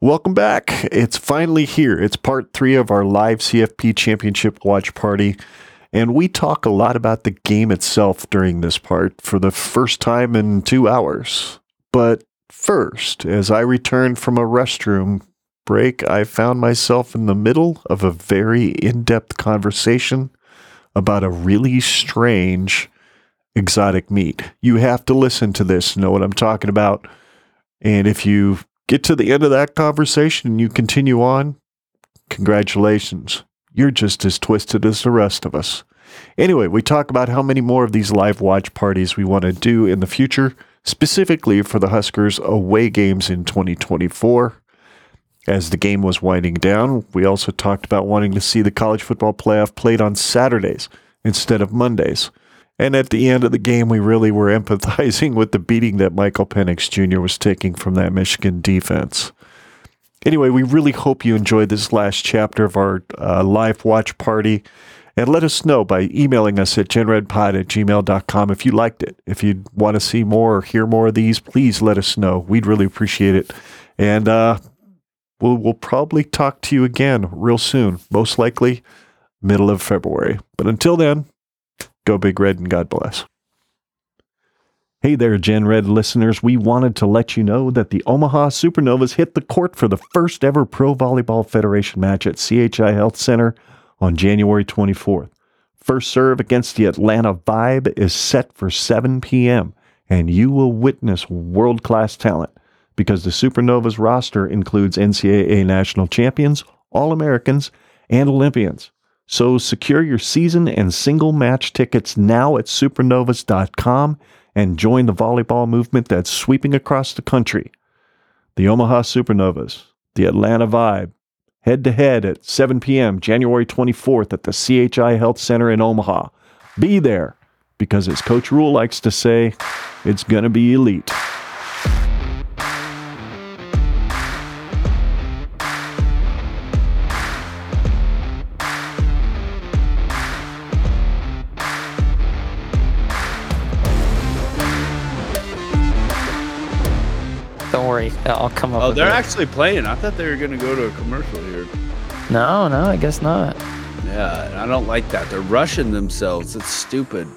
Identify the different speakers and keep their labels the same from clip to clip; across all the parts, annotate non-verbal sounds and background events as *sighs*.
Speaker 1: Welcome back. It's finally here. It's part three of our live CFP Championship watch party. And we talk a lot about the game itself during this part for the first time in two hours. But first, as I returned from a restroom break, I found myself in the middle of a very in depth conversation about a really strange exotic meat. You have to listen to this, know what I'm talking about. And if you get to the end of that conversation and you continue on, congratulations. You're just as twisted as the rest of us. Anyway, we talk about how many more of these live watch parties we want to do in the future, specifically for the Huskers away games in 2024. As the game was winding down, we also talked about wanting to see the college football playoff played on Saturdays instead of Mondays. And at the end of the game, we really were *laughs* empathizing with the beating that Michael Penix Jr. was taking from that Michigan defense. Anyway, we really hope you enjoyed this last chapter of our uh, live watch party. And let us know by emailing us at genredpod at gmail.com if you liked it. If you want to see more or hear more of these, please let us know. We'd really appreciate it. And uh, we'll, we'll probably talk to you again real soon, most likely middle of February. But until then, Go Big Red and God bless. Hey there, Gen Red listeners. We wanted to let you know that the Omaha Supernovas hit the court for the first ever Pro Volleyball Federation match at CHI Health Center on January 24th. First serve against the Atlanta Vibe is set for 7 p.m., and you will witness world class talent because the Supernovas roster includes NCAA national champions, All Americans, and Olympians. So secure your season and single match tickets now at supernovas.com and join the volleyball movement that's sweeping across the country. The Omaha Supernovas, the Atlanta Vibe, head to head at 7 p.m. January 24th at the CHI Health Center in Omaha. Be there because, as Coach Rule likes to say, it's going to be elite.
Speaker 2: Don't worry, I'll come up.
Speaker 3: Oh,
Speaker 2: with
Speaker 3: they're
Speaker 2: it.
Speaker 3: actually playing. I thought they were going to go to a commercial here.
Speaker 2: No, no, I guess not.
Speaker 3: Yeah, and I don't like that. They're rushing themselves. It's stupid.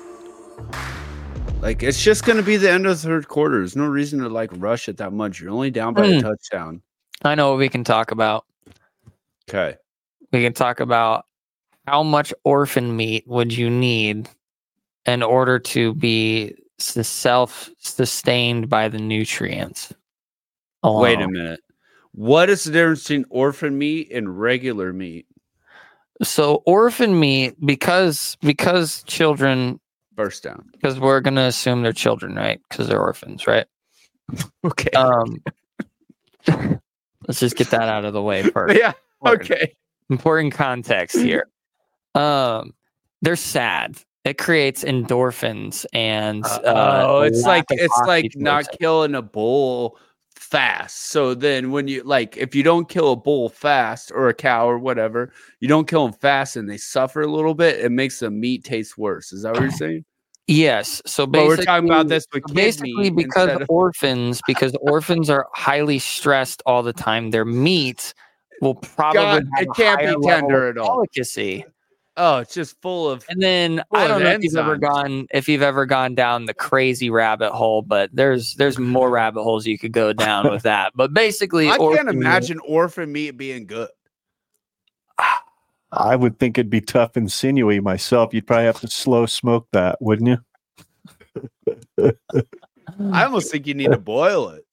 Speaker 3: Like it's just going to be the end of the third quarter. There's no reason to like rush it that much. You're only down by
Speaker 2: Mm.
Speaker 3: a touchdown.
Speaker 2: I know what we can talk about.
Speaker 3: Okay.
Speaker 2: We can talk about how much orphan meat would you need in order to be self sustained by the nutrients.
Speaker 3: Wait a
Speaker 2: alone.
Speaker 3: minute. What is the difference between orphan meat and regular meat?
Speaker 2: So orphan meat because because children
Speaker 3: First down.
Speaker 2: because we're gonna assume they're children, right? Because they're orphans, right?
Speaker 3: Okay.
Speaker 2: Um, *laughs* let's just get that out of the way first.
Speaker 3: *laughs* *laughs* yeah. Okay.
Speaker 2: important context here. Um, they're sad. It creates endorphins and uh,
Speaker 3: oh,
Speaker 2: a
Speaker 3: it's
Speaker 2: lack
Speaker 3: like
Speaker 2: of
Speaker 3: it's like not
Speaker 2: oxytocin.
Speaker 3: killing a bull fast. So then when you like if you don't kill a bull fast or a cow or whatever, you don't kill them fast and they suffer a little bit, it makes the meat taste worse. Is
Speaker 2: *coughs*
Speaker 3: that what you're saying?
Speaker 2: Yes, so
Speaker 3: But
Speaker 2: basically,
Speaker 3: we're talking about this with kid
Speaker 2: Basically,
Speaker 3: meat
Speaker 2: because
Speaker 3: instead of-
Speaker 2: orphans because orphans are highly stressed all the time. Their meat will probably
Speaker 3: God,
Speaker 2: have
Speaker 3: it
Speaker 2: a
Speaker 3: can't be
Speaker 2: higher level
Speaker 3: tender
Speaker 2: of
Speaker 3: at all.
Speaker 2: Delicacy,
Speaker 3: oh, it's just full of
Speaker 2: and then I
Speaker 3: Well,
Speaker 2: don't
Speaker 3: the
Speaker 2: know if you've ever
Speaker 3: enzymes.
Speaker 2: gone if you've ever gone down the crazy rabbit hole, but there's there's more rabbit holes you could go down with that. But basically,
Speaker 3: I
Speaker 2: orphan
Speaker 3: can't
Speaker 2: meat-
Speaker 3: imagine orphan meat being good.
Speaker 1: I would think it'd be tough and sinewy myself. You'd probably have to slow smoke that, wouldn't you?
Speaker 2: Mm.
Speaker 3: I almost think you need to boil it.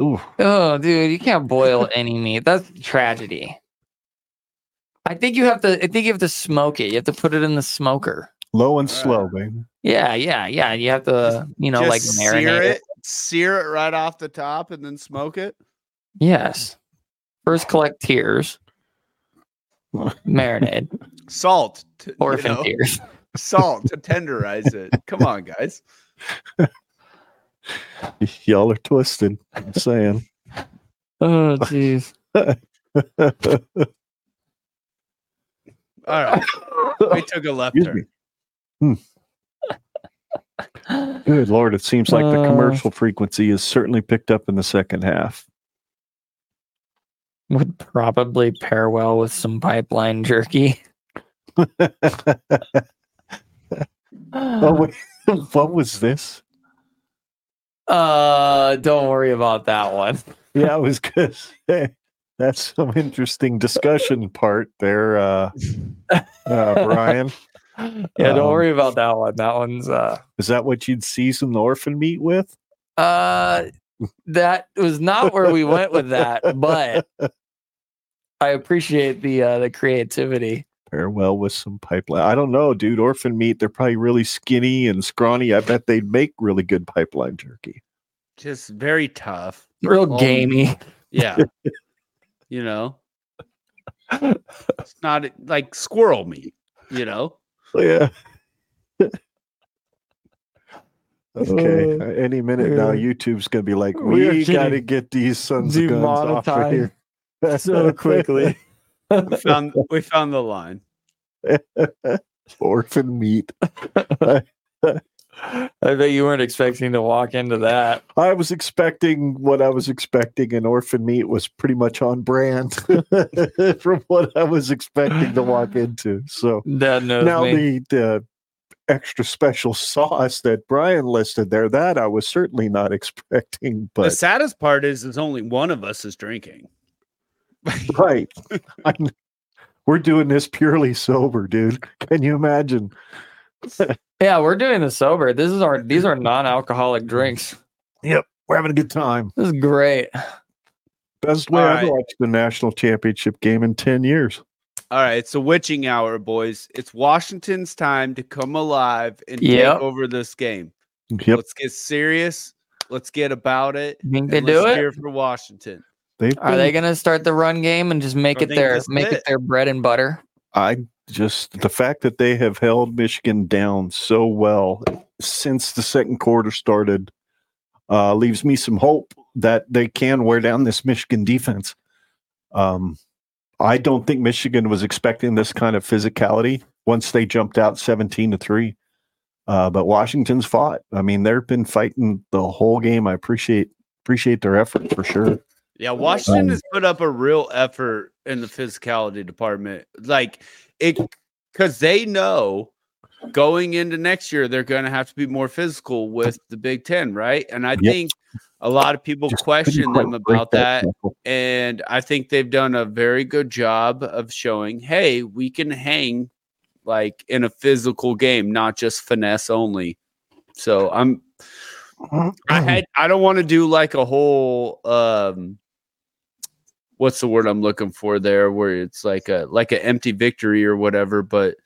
Speaker 1: Ooh.
Speaker 2: Oh, dude, you can't
Speaker 3: *laughs*
Speaker 2: boil any meat. That's a tragedy. I think you have to. I think you have to smoke it. You have to put it in the smoker.
Speaker 1: Low and
Speaker 3: All right.
Speaker 1: slow, baby.
Speaker 2: Yeah, yeah, yeah. You have to, you know,
Speaker 3: Just
Speaker 2: like marinate
Speaker 3: sear
Speaker 2: it.
Speaker 3: it, sear it right off the top, and then smoke it.
Speaker 2: Yes. First, collect tears.
Speaker 1: *laughs*
Speaker 3: *laughs*
Speaker 2: marinade
Speaker 3: Salt, t- you
Speaker 2: orphan
Speaker 3: know,
Speaker 2: tears. *laughs*
Speaker 3: salt to tenderize it. Come on, guys.
Speaker 1: Y'all are twisted. I'm saying. *laughs*
Speaker 2: Oh, jeez. *gasps*
Speaker 3: All
Speaker 1: *laughs*
Speaker 3: right, we took a left
Speaker 1: Excuse me.
Speaker 3: turn.
Speaker 1: Good Lord, it seems like the
Speaker 2: Uh,
Speaker 1: commercial frequency is certainly picked up in the second half.
Speaker 2: would probably pair well with some pipeline
Speaker 3: *laughs*
Speaker 2: jerky. *laughs* *sighs*
Speaker 1: Oh, wait, *laughs* what was this?
Speaker 2: Uh, don't worry about that one.
Speaker 1: Yeah, I was gonna say that's some interesting discussion part there, uh, uh, Brian.
Speaker 2: Yeah, don't
Speaker 1: Um,
Speaker 2: worry about that one. That one's uh
Speaker 1: Is that what you'd season the orphan meat with?
Speaker 2: uh that was not where we went with that, but I appreciate the uh the creativity.
Speaker 1: Pair well with some pipeline. I don't know, dude. Orphan meat, they're probably really skinny and scrawny. I bet they'd make really good pipeline jerky.
Speaker 3: Just very tough.
Speaker 2: Real
Speaker 3: Oh.
Speaker 2: gamey.
Speaker 3: Yeah. you know, it's not like squirrel meat, you know?
Speaker 1: Yeah. okay.
Speaker 2: Uh,
Speaker 1: uh, Any minute now,
Speaker 2: yeah.
Speaker 1: YouTube's gonna be like,
Speaker 2: We are
Speaker 1: we gotta
Speaker 2: getting
Speaker 1: get these sons of guns off of here
Speaker 2: demonetized
Speaker 1: *laughs*
Speaker 2: so quickly.
Speaker 3: We found, we found the line.
Speaker 1: Orphan meat.
Speaker 2: I bet you weren't expecting to walk into that.
Speaker 1: I was expecting what I was expecting, and Orphan Meat was pretty much on brand *laughs* from what I was expecting to walk
Speaker 2: *sighs*
Speaker 1: into. So
Speaker 2: Dad knows
Speaker 1: now
Speaker 2: me.
Speaker 1: the the extra special sauce that Brian listed there, that I was certainly not expecting,
Speaker 3: the
Speaker 1: but
Speaker 3: saddest part is, is only one of us is drinking. *laughs*
Speaker 1: *laughs* right, I'm- we're doing this purely sober, dude. Can you imagine?
Speaker 2: yeah, we're doing this sober. This is our these are non-alcoholic drinks.
Speaker 1: We're having a good time.
Speaker 2: This is great.
Speaker 1: Best way
Speaker 3: All
Speaker 1: I've
Speaker 3: right.
Speaker 1: watched the national championship game in ten years.
Speaker 3: All right, it's a witching hour, boys. It's Washington's time to come alive and
Speaker 2: Yep.
Speaker 3: take over this game.
Speaker 1: Yep,
Speaker 3: Let's get serious. Let's get about it.
Speaker 2: You think they
Speaker 3: and
Speaker 2: do
Speaker 3: let's
Speaker 2: it?
Speaker 3: Here for Washington.
Speaker 1: they've
Speaker 2: Are
Speaker 1: been-
Speaker 2: they gonna start the run game and just make
Speaker 3: I
Speaker 2: it
Speaker 3: think
Speaker 2: their
Speaker 3: that's
Speaker 2: make it
Speaker 3: it.
Speaker 2: their bread and butter?
Speaker 1: I just the fact that they have held Michigan down so well since the second quarter started uh, leaves me some hope that they can wear down this Michigan defense. Um, I don't think Michigan was expecting this kind of physicality once they jumped out 17 to 3. Uh, but Washington's fought. I mean, they've been fighting the whole game. I appreciate appreciate their effort for sure.
Speaker 3: Yeah, Washington
Speaker 1: Um,
Speaker 3: has put up a real effort in the physicality department. Like it because they know going into next year they're gonna have to be more physical with the Big Ten, right? And I think a lot of people
Speaker 1: Just
Speaker 3: question
Speaker 1: Couldn't quite
Speaker 3: them
Speaker 1: break
Speaker 3: about that.
Speaker 1: tackle.
Speaker 3: And I think they've done a very good job of showing, hey, we can hang like in a physical game, not just finesse only. So I'm
Speaker 1: Oh.
Speaker 3: I had I don't want to do like a whole um what's the word I'm looking for there where it's like a like an empty victory or whatever, but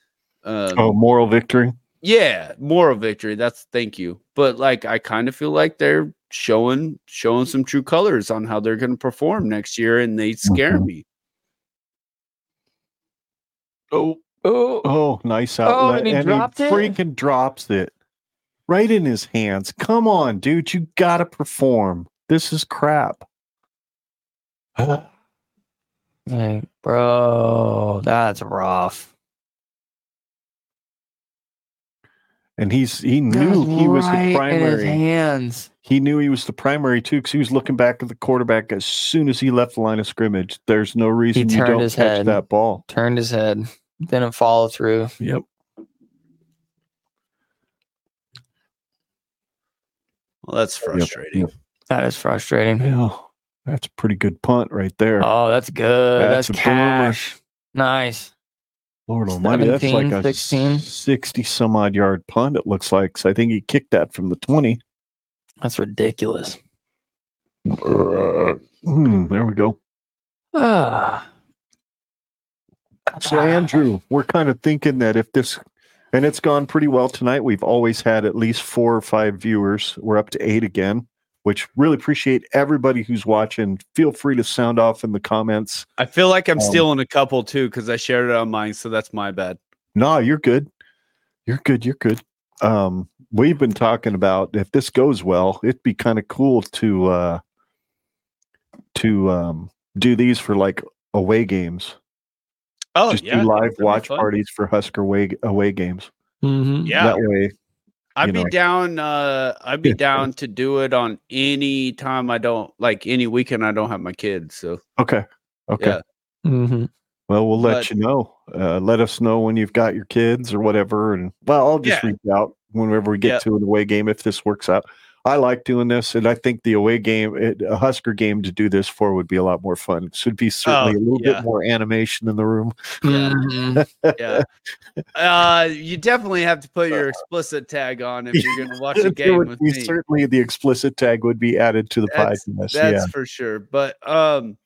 Speaker 3: um
Speaker 1: oh, moral victory.
Speaker 3: yeah, moral victory. That's thank you. But like I kind of feel like they're showing showing some true colors on how they're gonna perform next year and they scare
Speaker 1: Mhm.
Speaker 3: me. Oh
Speaker 2: Oh,
Speaker 1: Oh, nice
Speaker 2: Oh, and
Speaker 1: outlet.
Speaker 2: he dropped it?
Speaker 1: freaking drops it right in his hands. Come on, dude. You got to perform. This is crap.
Speaker 2: Like, bro, that's rough.
Speaker 1: And he's he
Speaker 2: That's
Speaker 1: knew he was
Speaker 2: right
Speaker 1: the
Speaker 2: In his
Speaker 1: primary.
Speaker 2: hands.
Speaker 1: He knew he was the primary too cuz he was looking back at the quarterback as soon as he left the line of scrimmage. There's no reason you
Speaker 2: turned
Speaker 1: don't
Speaker 2: his
Speaker 1: catch
Speaker 2: head.
Speaker 1: that ball.
Speaker 2: Turned his head. Didn't follow through.
Speaker 1: Yep.
Speaker 3: well, that's
Speaker 1: Yep.
Speaker 3: frustrating.
Speaker 2: That is frustrating.
Speaker 1: Yeah. That's a pretty good punt right there.
Speaker 2: Oh, that's good.
Speaker 1: That's
Speaker 2: That's,
Speaker 1: a boomer.
Speaker 2: cash. Nice.
Speaker 1: Lord almighty, that's like
Speaker 2: 17,
Speaker 1: a
Speaker 2: 16.
Speaker 1: 60 some odd yard punt it looks like. So I think he kicked that from the 20. *sighs*
Speaker 2: That's ridiculous.
Speaker 1: *laughs* Hmm, there we go.
Speaker 2: Ah.
Speaker 1: So Andrew, we're kind of thinking that if this and it's gone pretty well tonight, we've always had at least four or five viewers. We're up to eight again, which really appreciate everybody who's watching. Feel free to sound off in the comments.
Speaker 3: I feel like I'm
Speaker 1: Um,
Speaker 3: stealing a couple too because I shared it on mine, so that's my bad.
Speaker 1: Nah, you're good. You're good. You're good. Um, we've been talking about if this goes well, it'd be kind of cool to uh to um do these for like away games.
Speaker 3: Oh
Speaker 1: Just
Speaker 3: yeah,
Speaker 1: do live
Speaker 3: be
Speaker 1: watch
Speaker 3: fun.
Speaker 1: parties for Husker away away games.
Speaker 2: Mhm.
Speaker 3: yeah.
Speaker 1: That way you
Speaker 3: I'd be
Speaker 1: know.
Speaker 3: down. Uh, I'd be
Speaker 1: Yeah.
Speaker 3: down to do it on any time I don't like any weekend I don't have my kids. So
Speaker 1: Okay. Okay.
Speaker 3: Yeah.
Speaker 2: Mm-hmm.
Speaker 1: Well, we'll let
Speaker 3: But-
Speaker 1: you know. Uh, let us know when you've got your kids or whatever. And well, I'll just reach out whenever we get
Speaker 3: Yeah.
Speaker 1: to an away game if this works out. I like doing this, and I think the away game, it, a Husker game to do this for would be a lot more fun. Should be certainly a little
Speaker 3: Oh, yeah.
Speaker 1: bit more animation in the room.
Speaker 2: Mm-hmm.
Speaker 1: *laughs*
Speaker 3: yeah. Uh, you definitely have to put
Speaker 1: Uh,
Speaker 3: your explicit tag on if you're going to
Speaker 1: *laughs*
Speaker 3: watch a
Speaker 1: There
Speaker 3: game
Speaker 1: would
Speaker 3: with
Speaker 1: be
Speaker 3: me.
Speaker 1: Certainly, the explicit tag would be added to the
Speaker 3: That's-
Speaker 1: podcast.
Speaker 3: That's
Speaker 1: yeah.
Speaker 3: for sure. But um,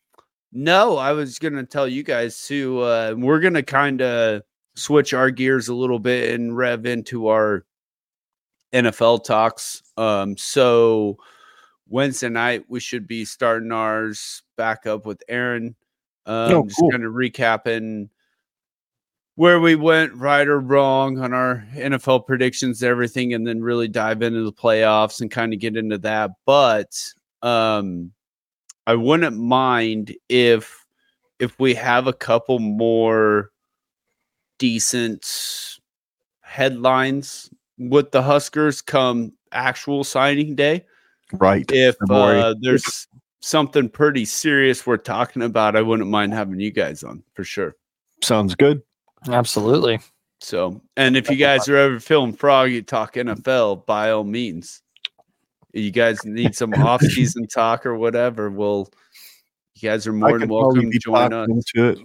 Speaker 3: no, I was going to tell you guys to. Uh, we're going to kind of switch our gears a little bit and rev into our NFL talks. Um, so Wednesday night we should be starting ours back up with Aaron. Um,
Speaker 1: Oh,
Speaker 3: Just
Speaker 1: cool.
Speaker 3: kind of recapping where we went right or wrong on our NFL predictions, and everything, and then really dive into the playoffs and kind of get into that. But um, I wouldn't mind if if we have a couple more decent headlines with the Huskers come actual signing day.
Speaker 1: Right.
Speaker 3: If
Speaker 1: February.
Speaker 3: uh, there's something pretty serious we're talking about, I wouldn't mind having you guys on for sure.
Speaker 1: Sounds good.
Speaker 2: Absolutely.
Speaker 3: So, and if you guys are ever feeling froggy, talk NFL by all means. You guys need some off-season talk or whatever. We'll. You guys are more than welcome to join us.
Speaker 1: talked into it.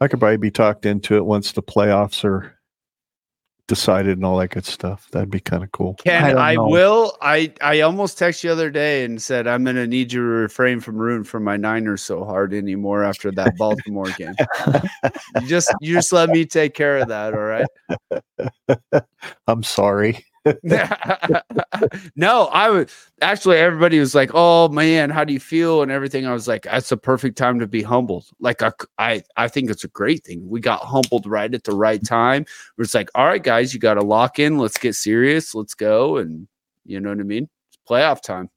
Speaker 1: I could probably be talked into it once the playoffs are decided and all that good stuff. That'd be kind of cool.
Speaker 2: I
Speaker 3: Ken,
Speaker 2: don't
Speaker 3: I,
Speaker 2: know.
Speaker 3: will. I I almost texted you the other day and said I'm gonna need you to refrain from rooting for my Niners so hard anymore after that Baltimore
Speaker 2: *laughs*
Speaker 3: game. you just you just let me take care of that, all right? *laughs*
Speaker 1: I'm sorry.
Speaker 3: no, I was actually everybody was like, "Oh man, how do you feel?" and everything. I was like, "That's the perfect time to be humbled." Like I I, I think it's a great thing. We got humbled right at the right time. Where it's like, "All right, guys, you got to lock in. Let's get serious. Let's go." And you know what I mean? It's playoff time.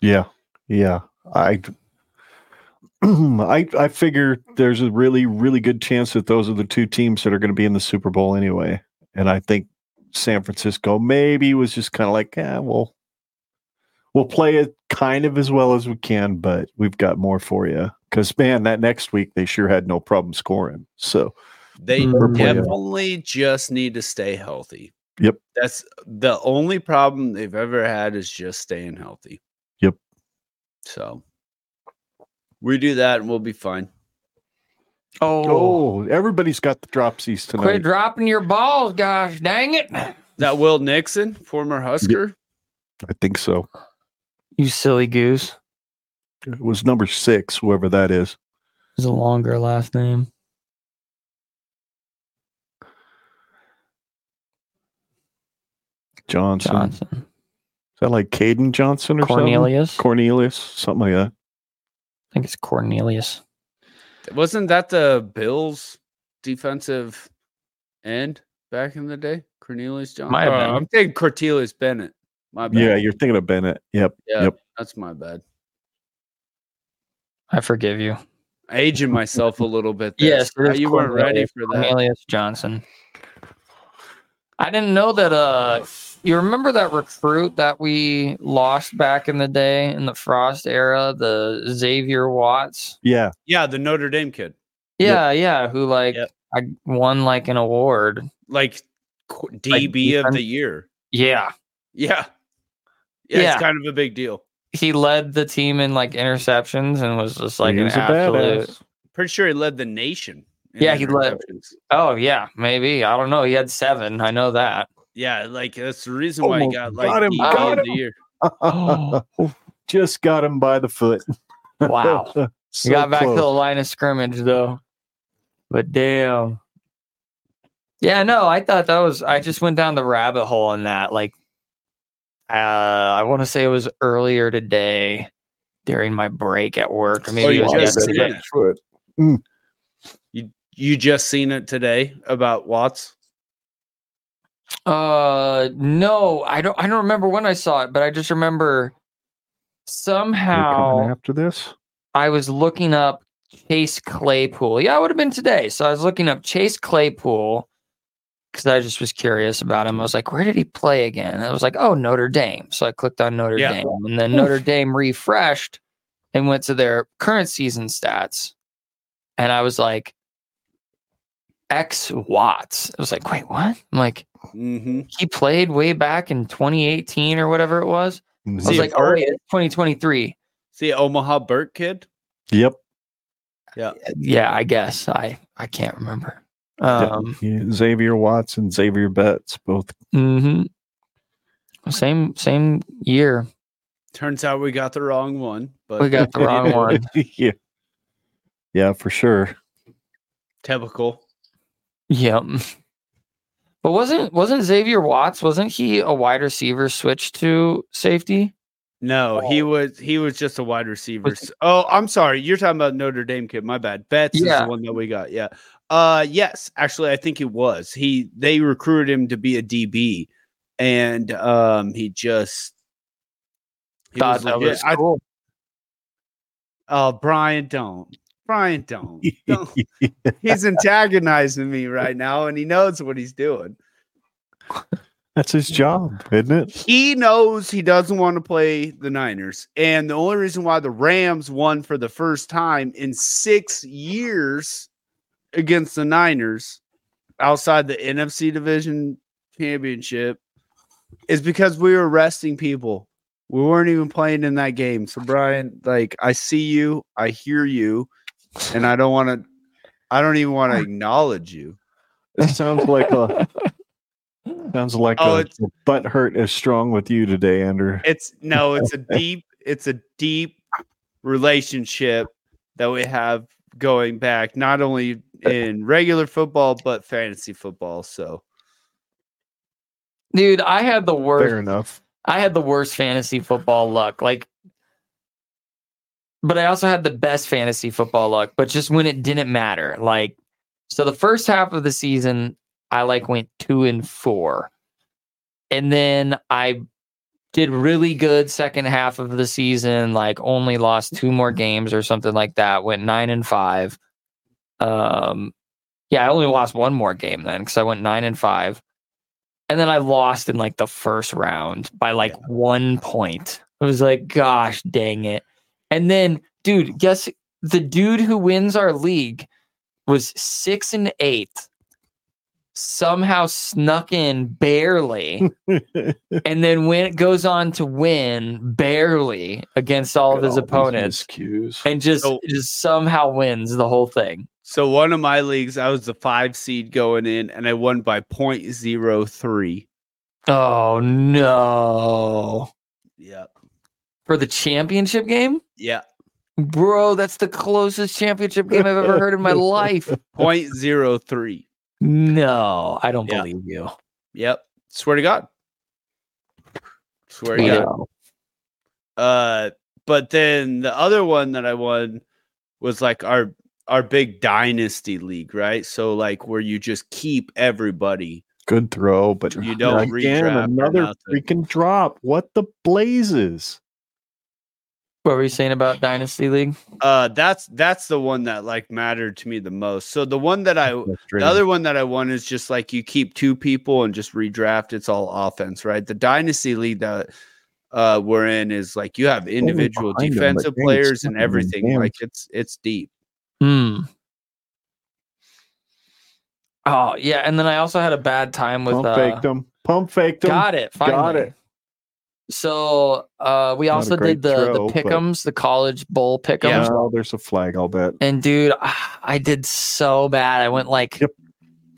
Speaker 1: Yeah. Yeah. I *clears throat* I I figure there's a really really good chance that those are the two teams that are going to be in the Super Bowl anyway. And I think San Francisco maybe was just kind of like, yeah, well we'll play it kind of as well as we can, but we've got more for you. Cuz man, that next week they sure had no problem scoring. So,
Speaker 3: They
Speaker 1: Mm-hmm.
Speaker 2: Or playoff.
Speaker 3: definitely just need to stay healthy.
Speaker 1: Yep.
Speaker 3: That's the only problem they've ever had is just staying healthy.
Speaker 1: Yep.
Speaker 3: So we do that and we'll be fine.
Speaker 2: Oh,
Speaker 1: oh, everybody's got the dropsies tonight.
Speaker 2: quit dropping your balls, gosh dang it.
Speaker 3: That Will Nixon, former Husker.
Speaker 1: I think so.
Speaker 2: You silly goose.
Speaker 1: It was number 6, whoever that is.
Speaker 2: Is a longer last name.
Speaker 1: Johnson.
Speaker 2: Johnson.
Speaker 1: Is that like Caden Johnson or
Speaker 2: Cornelius.
Speaker 1: something? Cornelius, something like that.
Speaker 2: I think it's Cornelius.
Speaker 3: Wasn't that the Bills defensive end back in the day? Cornelius Johnson.
Speaker 2: Might have
Speaker 3: Oh,
Speaker 2: been.
Speaker 3: I'm thinking Cornelius Bennett. My bad.
Speaker 1: Yeah, you're thinking of Bennett. Yep.
Speaker 3: yeah
Speaker 1: yep.
Speaker 3: that's my bad.
Speaker 2: I forgive you.
Speaker 3: Aging myself a little bit. There.
Speaker 2: Yes, it is
Speaker 3: you weren't ready
Speaker 2: Cornelius.
Speaker 3: for that.
Speaker 2: Cornelius Johnson. I didn't know that. Uh, you remember that recruit that we lost back in the day in the Frost era, the Xavier Watts?
Speaker 1: Yeah.
Speaker 3: Yeah, the Notre Dame kid.
Speaker 2: Yeah, yeah. Who like
Speaker 3: Yep.
Speaker 2: I won like an award.
Speaker 3: like qu- DB of the
Speaker 2: defense?
Speaker 3: year.
Speaker 2: Yeah,
Speaker 3: Yeah. yeah.
Speaker 2: Yeah.
Speaker 3: It's kind of a big deal.
Speaker 2: he led the team in like interceptions and was just like
Speaker 1: He
Speaker 2: an
Speaker 1: was a
Speaker 2: absolute.
Speaker 1: badass.
Speaker 3: Pretty sure he led the nation. in
Speaker 2: Yeah, he led-
Speaker 3: interceptions.
Speaker 2: Oh yeah, maybe I don't know. He had seven. I
Speaker 1: *laughs*
Speaker 2: know that.
Speaker 3: Yeah, like that's the reason
Speaker 1: Oh
Speaker 3: why he
Speaker 1: my God,
Speaker 3: got like
Speaker 1: him,
Speaker 3: DB
Speaker 2: got
Speaker 3: of the year.
Speaker 1: *laughs*
Speaker 2: Oh
Speaker 1: Just got him by the foot.
Speaker 2: wow.
Speaker 1: *laughs* So
Speaker 2: we got back to the
Speaker 1: close.
Speaker 2: line of scrimmage though. But damn. Yeah, no, I thought that was I just went down the rabbit hole on that. Like uh I want to say it was earlier today during my break at work. or Maybe
Speaker 3: Oh,
Speaker 2: it
Speaker 3: you
Speaker 2: was
Speaker 3: just
Speaker 2: yesterday.
Speaker 3: seen it. You just seen it today about Watts.
Speaker 2: Uh no, I don't I don't remember when I saw it, but I just
Speaker 1: We're
Speaker 2: remember somehow
Speaker 1: coming After this,
Speaker 2: I was looking up Chase Claypool. Yeah, it would have been today. So I was looking up Chase Claypool because I just was curious about him. I was like, where did he play again? And I was like, oh, Notre Dame. So I clicked on Notre
Speaker 3: Yeah.
Speaker 2: Dame. And then Notre Dame refreshed and went to their current season stats. And I was like, X watts. I was like, wait, what? I'm like,
Speaker 3: Mm-hmm.
Speaker 2: he played way back in 2018 or whatever it was. I was
Speaker 3: See,
Speaker 2: like, oh,
Speaker 3: Bert-
Speaker 2: yeah, it's 2023.
Speaker 3: See Omaha Burke kid.
Speaker 1: Yep.
Speaker 2: Yeah, I guess. I, I can't remember. Um,
Speaker 1: Yeah, Xavier Watts and Xavier Betts both.
Speaker 2: mhm. mm-hmm. Same same year.
Speaker 3: Turns out we got the wrong one, but
Speaker 2: We got
Speaker 1: *laughs*
Speaker 2: the wrong one.
Speaker 1: yeah. Yeah, for sure.
Speaker 3: typical.
Speaker 2: Yep. But wasn't wasn't Xavier Watts? Wasn't he a wide receiver switch to safety?
Speaker 3: No, he
Speaker 2: Oh.
Speaker 3: was he was just a wide receiver. S- Oh, I'm sorry. You're talking about Notre Dame kid. My bad. Betts is
Speaker 2: Yeah.
Speaker 3: the one that we got. Yeah. Uh yes, actually I think he was. He they recruited him to be a DB and um he just he
Speaker 2: Thought
Speaker 3: was
Speaker 2: that
Speaker 3: legit.
Speaker 2: was
Speaker 3: I-
Speaker 2: cool.
Speaker 3: oh Brian don't. Brian don't.
Speaker 2: *laughs*
Speaker 3: don't. he's antagonizing me right now and he knows what he's doing.
Speaker 1: That's his job, isn't it?
Speaker 3: He knows he doesn't want to play the Niners. And the only reason why the Rams won for the first time in six years against the Niners outside the NFC division championship is because we were resting people. We weren't even playing in that game. So, Brian, like, I see you, I hear you, and I don't want to, I don't even want to acknowledge you.
Speaker 1: It sounds like a sounds like
Speaker 3: Oh,
Speaker 1: a,
Speaker 3: it's-
Speaker 1: a butt hurt is strong with you today, Andrew.
Speaker 3: It's no, it's a deep, it's a deep relationship that we have going back not only in regular football but fantasy football. So
Speaker 2: Dude, I had the worst
Speaker 1: Fair enough. *laughs*
Speaker 2: I had the worst fantasy football luck. Like, but I also had the best fantasy football luck, but just when it didn't matter. Like, so the first half of the season, I like went two and four. And then I did really good second half of the season, like only lost two more games or something like that, went nine and five. Um, yeah, I only lost one more game then because I went nine and five. And then I lost in like the first round by like one point. I was like, gosh dang it. And then, dude, guess the dude who wins our league was six and eight, somehow snuck in barely, and then when it goes on to win barely against all of
Speaker 1: Oh,
Speaker 2: his opponents
Speaker 1: Cues.
Speaker 2: and just,
Speaker 3: So-
Speaker 2: just somehow wins the whole thing.
Speaker 3: so one of my leagues, I was the five seed going in and I won by point zero three.
Speaker 2: Oh no.
Speaker 3: Yep.
Speaker 2: For the championship game?
Speaker 3: Yeah.
Speaker 2: Bro, that's the closest championship game I've ever heard in my life.
Speaker 3: Point zero three.
Speaker 2: No, I don't
Speaker 3: Yeah.
Speaker 2: believe you.
Speaker 3: Yep. Swear to God. Swear to God.
Speaker 2: No.
Speaker 3: Uh, but then the other one that I won was like our our big dynasty league, right? So like where you just keep everybody.
Speaker 1: Good throw, but
Speaker 3: You don't
Speaker 1: again
Speaker 3: redraft or
Speaker 1: another
Speaker 3: nothing.
Speaker 1: freaking drop. What the blazes?
Speaker 2: What were you saying about Dynasty League?
Speaker 3: Uh, that's that's the one that like mattered to me the most. So the one that I the other one that I won is just like you keep two people and just redraft. It's all offense, right? The dynasty league that uh we're in is like you have individual
Speaker 1: behind 'em, but dang,
Speaker 3: defensive
Speaker 1: it's
Speaker 3: players and
Speaker 1: fucking
Speaker 3: everything.
Speaker 1: damn.
Speaker 3: Like it's it's deep.
Speaker 2: Hmm. Oh, yeah. And then I also had a bad time with.
Speaker 1: pump
Speaker 2: Uh,
Speaker 1: faked him. Pump faked him.
Speaker 2: got it. Finally.
Speaker 1: it.
Speaker 2: So uh, we
Speaker 1: Not a
Speaker 2: also
Speaker 1: great
Speaker 2: did the,
Speaker 1: throw,
Speaker 2: the
Speaker 1: but-
Speaker 2: pick'ems, the college bowl pick'ems.
Speaker 1: Yeah. Oh, there's a flag. I'll bet.
Speaker 2: And dude, ah, I did so bad. I went like,
Speaker 1: Yep.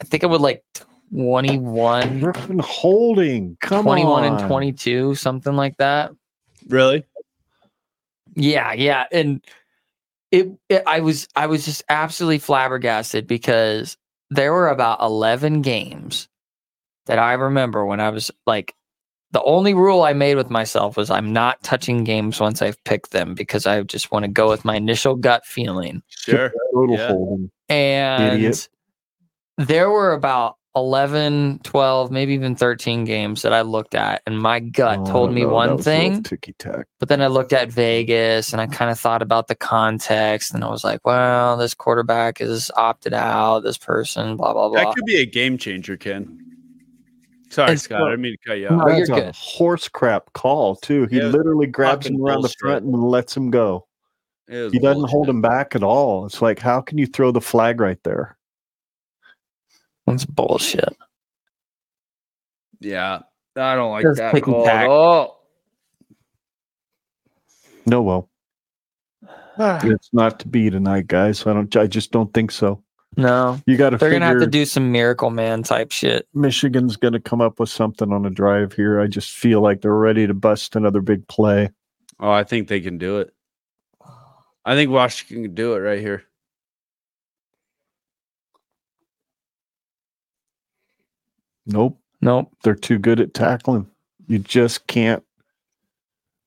Speaker 2: I think I would like 21,
Speaker 1: Griffin holding. Come
Speaker 2: 21
Speaker 1: on.
Speaker 2: and 22, something like that.
Speaker 3: Really?
Speaker 2: Yeah, yeah, and it, it I was I was just absolutely flabbergasted because there were about 11 games that I remember when I was like the only rule I made with myself was I'm not touching games once I've picked them because I just want to go with my initial gut feeling.
Speaker 3: Sure.
Speaker 1: Total
Speaker 3: Yeah.
Speaker 1: holding.
Speaker 2: And
Speaker 1: Idiot.
Speaker 2: there were about 11, 12, maybe even 13 games that I looked at and my gut
Speaker 1: Oh,
Speaker 2: told me
Speaker 1: no, that
Speaker 2: one
Speaker 1: was a little
Speaker 2: thing
Speaker 1: Ticky-tack.
Speaker 2: but then I looked at Vegas and I kind of thought about the context and I was like, well, this quarterback is opted out, this person, blah, blah, blah.
Speaker 3: That could be a game changer, Ken. Sorry,
Speaker 2: And
Speaker 3: Scott.
Speaker 2: so-
Speaker 3: I didn't mean to cut you
Speaker 2: No,
Speaker 3: off.
Speaker 2: Oh, you're
Speaker 1: That's a
Speaker 2: good.
Speaker 1: horse crap call too. He
Speaker 3: Yeah,
Speaker 1: literally grabs
Speaker 3: fucking
Speaker 1: him around
Speaker 3: bullshit.
Speaker 1: the front and lets him go.
Speaker 3: It was
Speaker 1: He doesn't
Speaker 3: bullshit.
Speaker 1: hold him back at all. It's like, how can you throw the flag right there?
Speaker 2: That's bullshit.
Speaker 3: Yeah, I don't like
Speaker 2: Just
Speaker 3: that
Speaker 2: pick and
Speaker 3: call
Speaker 2: pack.
Speaker 3: at all.
Speaker 1: No, well, it's not to be tonight, guys. I don't. I just don't think so.
Speaker 2: No,
Speaker 1: You got to
Speaker 2: they're
Speaker 1: figure
Speaker 2: gonna have to do some Miracle Man type shit.
Speaker 1: Michigan's going to come up with something on a drive here. I just feel like they're ready to bust another big play.
Speaker 3: Oh, I think they can do it. I think Washington can do it right here.
Speaker 1: Nope,
Speaker 2: Nope.
Speaker 1: they're too good at tackling. You just can't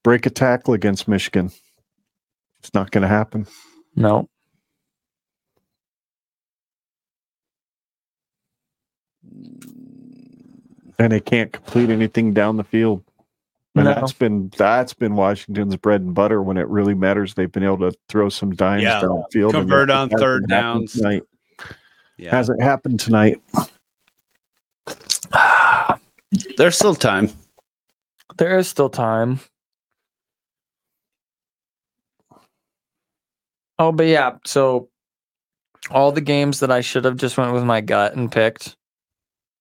Speaker 1: break a tackle against Michigan. It's not going to happen.
Speaker 2: Nope. *sighs*
Speaker 1: and they can't complete anything down the field. And
Speaker 2: No.
Speaker 1: that's been that's been Washington's bread and butter when it really matters. They've been able to throw some dimes
Speaker 3: Yeah.
Speaker 1: down the field. and
Speaker 3: Convert
Speaker 1: that
Speaker 3: on
Speaker 1: hasn't
Speaker 3: third
Speaker 1: happened
Speaker 3: downs.
Speaker 1: Tonight.
Speaker 3: Yeah,
Speaker 1: Hasn't happened tonight.
Speaker 3: there's still time.
Speaker 2: There is still time. Oh, but yeah, so all the games that I should have just went with my gut and picked,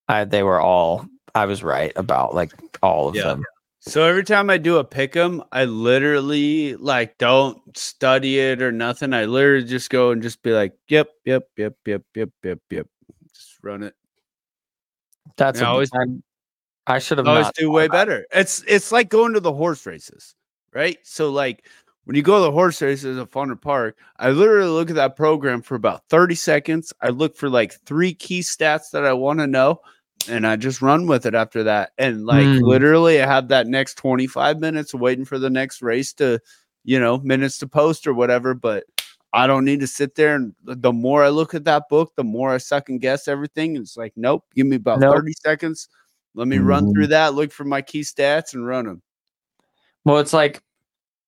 Speaker 2: I they were all I was right about like all of
Speaker 3: Yeah.
Speaker 2: them.
Speaker 3: So every time I do a pick 'em, I literally like don't study it or nothing. I literally just go and just be like, yep, yep, yep, yep, yep, yep, yep. Just run it.
Speaker 2: That's
Speaker 3: I
Speaker 2: a-
Speaker 3: always-
Speaker 2: I'm- I should have
Speaker 3: I always
Speaker 2: not
Speaker 3: do
Speaker 2: thought
Speaker 3: way
Speaker 2: about it.
Speaker 3: better. It's it's like going to the horse races, right? So like when you go to the horse races at Funner Park, I literally look at that program for about 30 seconds. I look for like three key stats that I want to know, and I just run with it after that. And like
Speaker 2: Mm.
Speaker 3: literally I have that next 25 minutes waiting for the next race to, you know, minutes to post or whatever, but I don't need to sit there and the- the more I look at that book, the more I second guess everything. It's like, nope, give me about
Speaker 2: Nope.
Speaker 3: 30 seconds. Let me run
Speaker 1: Mhm.
Speaker 3: through that, look for my key stats, and run them.
Speaker 2: Well, it's like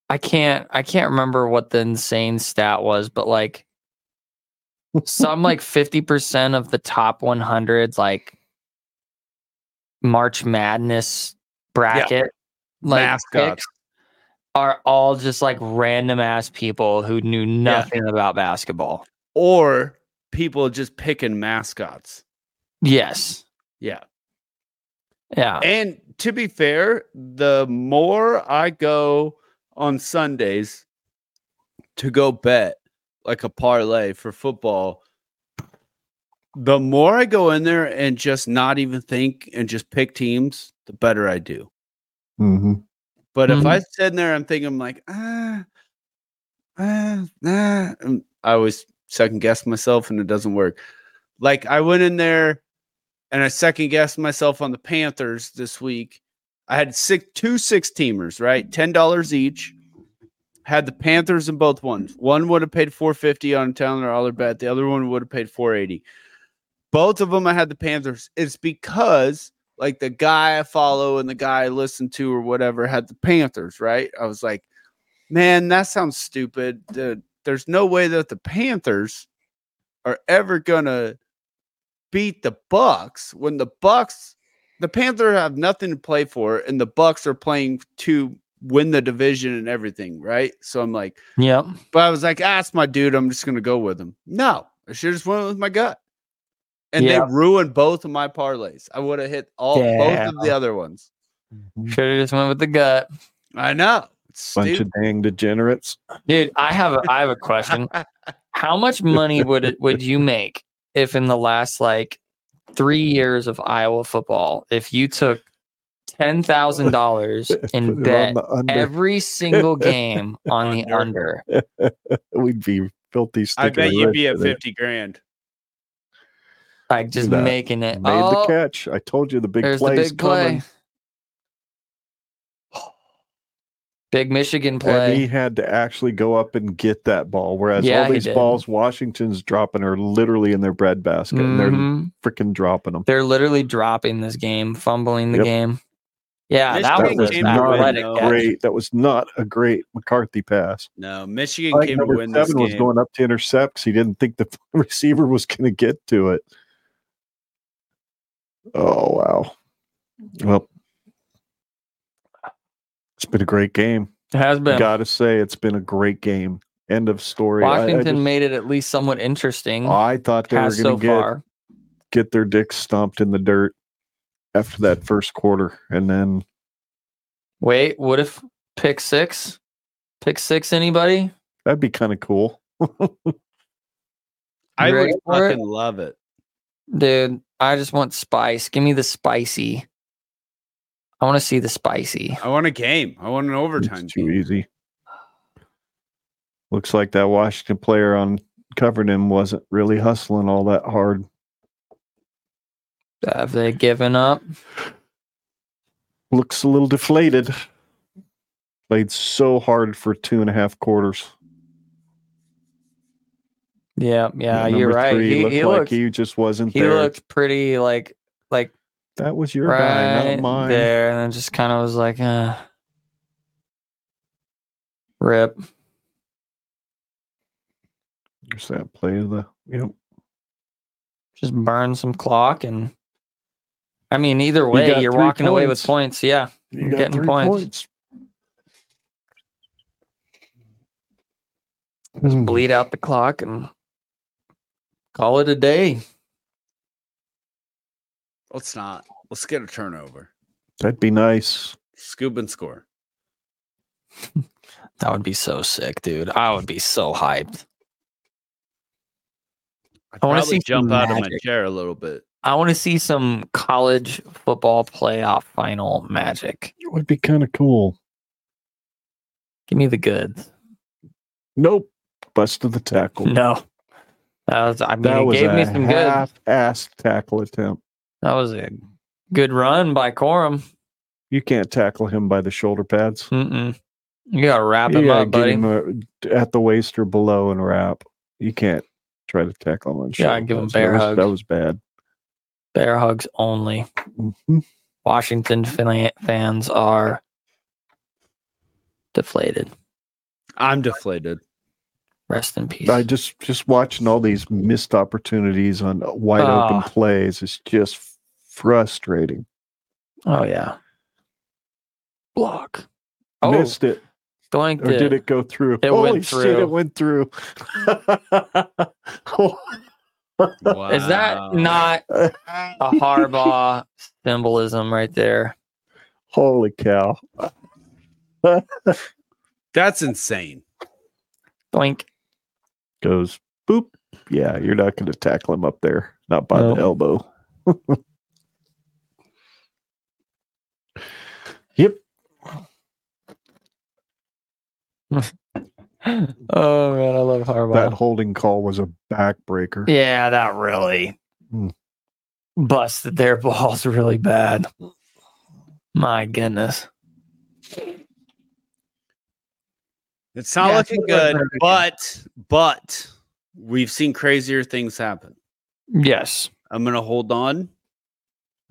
Speaker 2: I can't I can't remember what the insane stat was, but like some like 50% of the top 100 like March Madness bracket like
Speaker 3: Mascots.
Speaker 2: picks are all just like random ass people who knew nothing about basketball.
Speaker 3: Or people just picking mascots.
Speaker 2: Yes.
Speaker 3: Yeah.
Speaker 2: Yeah.
Speaker 3: And to be fair, the more I go on Sundays to go bet like a parlay for football, the more I go in there and just not even think and just pick teams, the better I do.
Speaker 1: hmm
Speaker 3: But if I sit in there, I'm thinking, I'm like, ah, ah, nah, um, I always second guess myself and it doesn't work. Like I went in there and I second guessed myself on the Panthers this week. I had six, two six teamers, right? $10 each. Had the Panthers in both ones. One would have paid 450 on a Towner Aller bet. The other one would have paid 480. Both of them I had the Panthers. It's because like the guy I follow and the guy I listen to or whatever had the Panthers, right? I was like, man, that sounds stupid. The- There's no way that the Panthers are ever gonna beat the Bucks when the Bucks, the Panthers have nothing to play for, and the Bucks are playing to win the division and everything, right? So I'm like,
Speaker 2: Yep.
Speaker 3: but I was like, ah, it's my dude. I'm just gonna go with him. No, I should just went with my gut. And
Speaker 2: Yeah.
Speaker 3: they ruined both of my parlays. I would have hit all both of the other ones.
Speaker 2: Should have just went with the gut.
Speaker 3: I know. It's
Speaker 1: Bunch
Speaker 3: stupid.
Speaker 1: of dang degenerates.
Speaker 2: Dude, I have a I have a question. How much money would it would you make if in the last like three years of Iowa football, if you took ten
Speaker 1: *laughs*
Speaker 2: thousand dollars
Speaker 1: Put it
Speaker 2: and
Speaker 1: on
Speaker 2: bet
Speaker 1: the under.
Speaker 2: every
Speaker 1: *laughs*
Speaker 2: single game on the under?
Speaker 1: We'd be filthy.
Speaker 3: I bet
Speaker 1: stinking
Speaker 3: you'd
Speaker 1: rich
Speaker 3: be at
Speaker 1: today.
Speaker 3: fifty grand.
Speaker 2: Like just
Speaker 1: Nah,
Speaker 2: making it.
Speaker 1: Made the
Speaker 2: Oh,
Speaker 1: catch. I told you the big
Speaker 2: there's the
Speaker 1: play's
Speaker 2: big play.
Speaker 1: coming.
Speaker 2: *sighs* Big Michigan
Speaker 1: And he
Speaker 2: play.
Speaker 1: had to actually go up and get that ball. Whereas
Speaker 2: Yeah,
Speaker 1: all
Speaker 2: he
Speaker 1: these
Speaker 2: did.
Speaker 1: balls Washington's dropping are literally in their bread basket and
Speaker 2: Mhm.
Speaker 1: they're freaking dropping them.
Speaker 2: They're literally dropping this game, fumbling the
Speaker 1: Yep.
Speaker 2: game. Yeah, that
Speaker 3: Michigan
Speaker 2: was
Speaker 3: came
Speaker 2: an
Speaker 3: to win,
Speaker 2: athletic.
Speaker 3: though.
Speaker 2: catch.
Speaker 1: great. That was not a great McCarthy pass.
Speaker 3: No, Michigan
Speaker 1: Like
Speaker 3: came to
Speaker 1: number
Speaker 3: win this
Speaker 1: seven was
Speaker 3: game.
Speaker 1: going up to intercept because he didn't think the *laughs* receiver was going to get to it. Oh wow! Well, it's been a great game.
Speaker 2: It has been.
Speaker 1: Got to say, it's been a great game, End of story. I- I
Speaker 2: Washington
Speaker 1: just-
Speaker 2: made it at least somewhat interesting.
Speaker 1: I thought they were
Speaker 2: has so
Speaker 1: going to get
Speaker 2: far.
Speaker 1: get their dicks stomped in the dirt after that first quarter, and then
Speaker 2: Wait, what if pick six? Pick six, anybody?
Speaker 1: that'd be kind of cool.
Speaker 3: I
Speaker 2: You
Speaker 3: would
Speaker 2: ready for it?
Speaker 3: fucking love it.
Speaker 2: Dude, I just want spice. Give me the spicy. I want to see the spicy.
Speaker 3: I want a game. I want an overtime
Speaker 1: It's too
Speaker 3: game.
Speaker 1: easy. Looks like that Washington player on covered him wasn't really hustling all that hard.
Speaker 2: Have they given up?
Speaker 1: Looks a little deflated. Played so hard for two and a half quarters.
Speaker 2: Yeah, yeah,
Speaker 1: And
Speaker 2: you're
Speaker 1: number
Speaker 2: right.
Speaker 1: three
Speaker 2: He,
Speaker 1: looked
Speaker 2: he
Speaker 1: like
Speaker 2: looked
Speaker 1: he just wasn't
Speaker 2: he
Speaker 1: there.
Speaker 2: looked pretty like like
Speaker 1: that was your guy,
Speaker 2: right
Speaker 1: not mine.
Speaker 2: there, and then just kind of was like, uh, rip.
Speaker 1: There's that play of the yep.
Speaker 2: just burn some clock and I mean either way
Speaker 1: got
Speaker 2: you are
Speaker 1: three
Speaker 2: walking away with
Speaker 1: points.
Speaker 2: points. Yeah.
Speaker 1: You
Speaker 2: got Getting three points. points. Just bleed out the clock and call it a day.
Speaker 3: Let's not. Let's get a turnover.
Speaker 1: That'd be nice.
Speaker 3: Scoop and score.
Speaker 2: That would be so sick, dude. I would be so hyped.
Speaker 3: I'd
Speaker 2: I wanna
Speaker 3: probably
Speaker 2: see
Speaker 3: jump
Speaker 2: some
Speaker 3: out of my
Speaker 2: magic.
Speaker 3: chair a little bit.
Speaker 2: I want to see some college football playoff final magic.
Speaker 1: It would be kind of cool.
Speaker 2: Give me the goods.
Speaker 1: Nope. Busted the tackle.
Speaker 2: No. That was I mean
Speaker 1: that
Speaker 2: it
Speaker 1: was
Speaker 2: gave
Speaker 1: a
Speaker 2: me some good
Speaker 1: half-ass tackle attempt.
Speaker 2: that was a good run by Corum.
Speaker 1: You can't tackle him by the shoulder pads.
Speaker 2: Mm-mm. You gotta wrap
Speaker 1: You
Speaker 2: him
Speaker 1: gotta
Speaker 2: up,
Speaker 1: get
Speaker 2: buddy.
Speaker 1: him uh, at the waist or below and wrap. You can't try to tackle him on
Speaker 2: Yeah, I
Speaker 1: shoulder
Speaker 2: give him
Speaker 1: pads.
Speaker 2: bear
Speaker 1: that was,
Speaker 2: hugs.
Speaker 1: That was bad.
Speaker 2: Bear hugs only.
Speaker 1: Mhm.
Speaker 2: Washington fan- fans are deflated.
Speaker 3: I'm deflated.
Speaker 2: Rest in peace.
Speaker 1: I just just watching all these missed opportunities on wide
Speaker 2: Ah.
Speaker 1: open plays is just frustrating.
Speaker 2: oh yeah. Block. Oh,
Speaker 1: Missed it.
Speaker 2: doinked
Speaker 1: Or
Speaker 2: it.
Speaker 1: did it go through?
Speaker 2: It
Speaker 1: Holy
Speaker 2: went
Speaker 1: shit,
Speaker 2: through.
Speaker 1: it went
Speaker 2: *laughs*
Speaker 1: through. *laughs*
Speaker 2: *laughs*
Speaker 3: Wow.
Speaker 2: Is that not a Harbaugh symbolism right there?
Speaker 1: Holy cow.
Speaker 3: That's insane.
Speaker 2: Doink.
Speaker 1: Goes boop. Yeah, you're not going to tackle him up there, not by
Speaker 2: No.
Speaker 1: the elbow. yep.
Speaker 2: Oh man, I
Speaker 1: That
Speaker 2: love Harbaugh.
Speaker 1: holding call was a backbreaker.
Speaker 2: yeah, that really
Speaker 1: Mm.
Speaker 2: busted their balls really bad. My goodness.
Speaker 3: It's not
Speaker 2: Yeah, it's
Speaker 3: looking
Speaker 2: not looking
Speaker 3: good,
Speaker 2: very good.
Speaker 3: but but we've seen crazier things happen.
Speaker 2: Yes.
Speaker 3: I'm gonna hold on.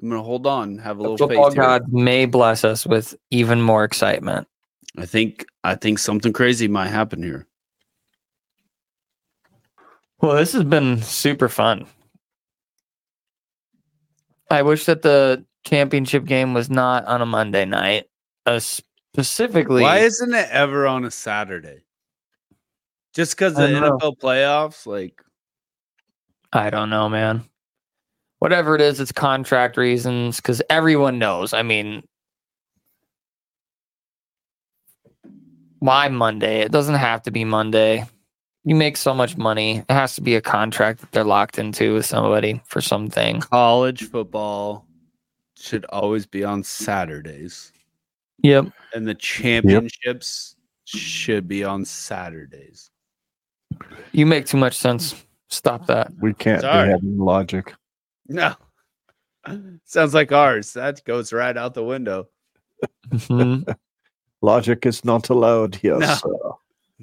Speaker 3: I'm gonna hold on. Have a
Speaker 2: The
Speaker 3: little
Speaker 2: football
Speaker 3: faith. here.
Speaker 2: god may bless us with even more excitement.
Speaker 3: I think I think something crazy might happen here.
Speaker 2: Well, this has been super fun. I wish that the championship game was not on a Monday night. Uh, specifically,
Speaker 3: Why isn't it ever on a Saturday? Just because the
Speaker 2: I don't know.
Speaker 3: NFL playoffs, like
Speaker 2: I don't know, man. Whatever it is, it's contract reasons because everyone knows. I mean, why Monday? It doesn't have to be Monday. You make so much money. It has to be a contract that they're locked into with somebody for something.
Speaker 3: college football should always be on Saturdays,
Speaker 2: Yep.
Speaker 3: and the championships should be on Saturdays.
Speaker 2: You make too much sense. Stop that.
Speaker 1: We can't
Speaker 3: Sorry.
Speaker 1: be having logic.
Speaker 3: No, sounds like ours. That goes right out the window.
Speaker 2: Mhm.
Speaker 1: Logic is not allowed here.
Speaker 3: No.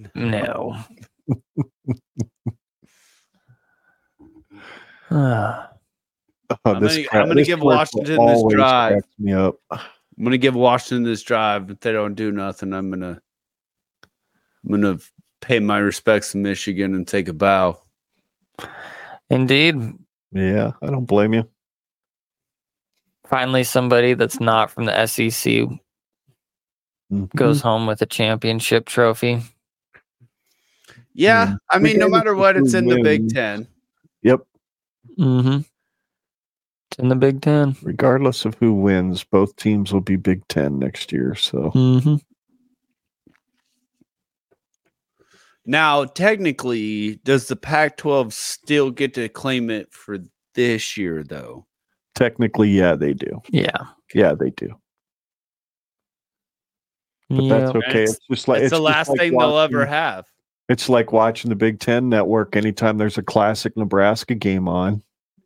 Speaker 1: sir. *laughs*
Speaker 2: no. *laughs* Ah,
Speaker 1: Oh,
Speaker 3: I'm
Speaker 1: this
Speaker 3: gonna-
Speaker 1: cra-
Speaker 3: I'm gonna
Speaker 1: this
Speaker 3: give
Speaker 1: clip will
Speaker 3: Washington this
Speaker 1: always
Speaker 3: drive.
Speaker 1: crack Me up.
Speaker 3: I'm gonna give Washington this drive. If they don't do nothing, I'm gonna I'm gonna pay my respects to Michigan and take a bow.
Speaker 2: indeed.
Speaker 1: Yeah, I don't blame you.
Speaker 2: Finally, somebody that's not from the E SEC
Speaker 1: Mhm. Mm-hmm.
Speaker 2: Mm-hmm. goes home with a championship trophy.
Speaker 3: Yeah,
Speaker 1: Yeah.
Speaker 3: I mean, no
Speaker 1: Again,
Speaker 3: matter what, it's in the Big
Speaker 1: win.
Speaker 3: Ten.
Speaker 1: Yep.
Speaker 2: Mm-hmm. It's in the Big Ten.
Speaker 1: Regardless of who wins, both teams will be Big Ten next year. So
Speaker 2: Mm-hmm.
Speaker 3: Now, technically, does the Pac-12 still get to claim it for this year, though?
Speaker 1: technically, yeah, they do.
Speaker 2: Yeah.
Speaker 1: Yeah, they do. But
Speaker 2: yeah.
Speaker 1: that's okay.
Speaker 3: It's-
Speaker 1: It's, just like
Speaker 3: it's, the
Speaker 1: just
Speaker 3: last
Speaker 1: like
Speaker 3: thing they'll
Speaker 1: watching-
Speaker 3: ever have.
Speaker 1: It's like watching the Big Ten Network. Anytime there's a classic Nebraska game on,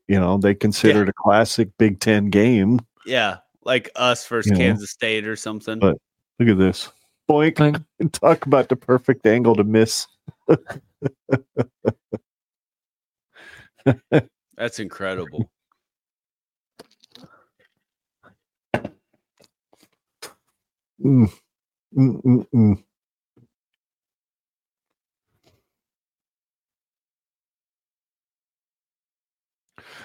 Speaker 1: you know they consider it a classic Big Ten game.
Speaker 3: Yeah, like us versus
Speaker 1: You know.
Speaker 3: Kansas State or something.
Speaker 1: But- Look at this. Boink.
Speaker 2: Like,
Speaker 1: *laughs* Talk about the perfect angle to miss.
Speaker 3: That's incredible.
Speaker 1: Mm. Mm, mm, mm.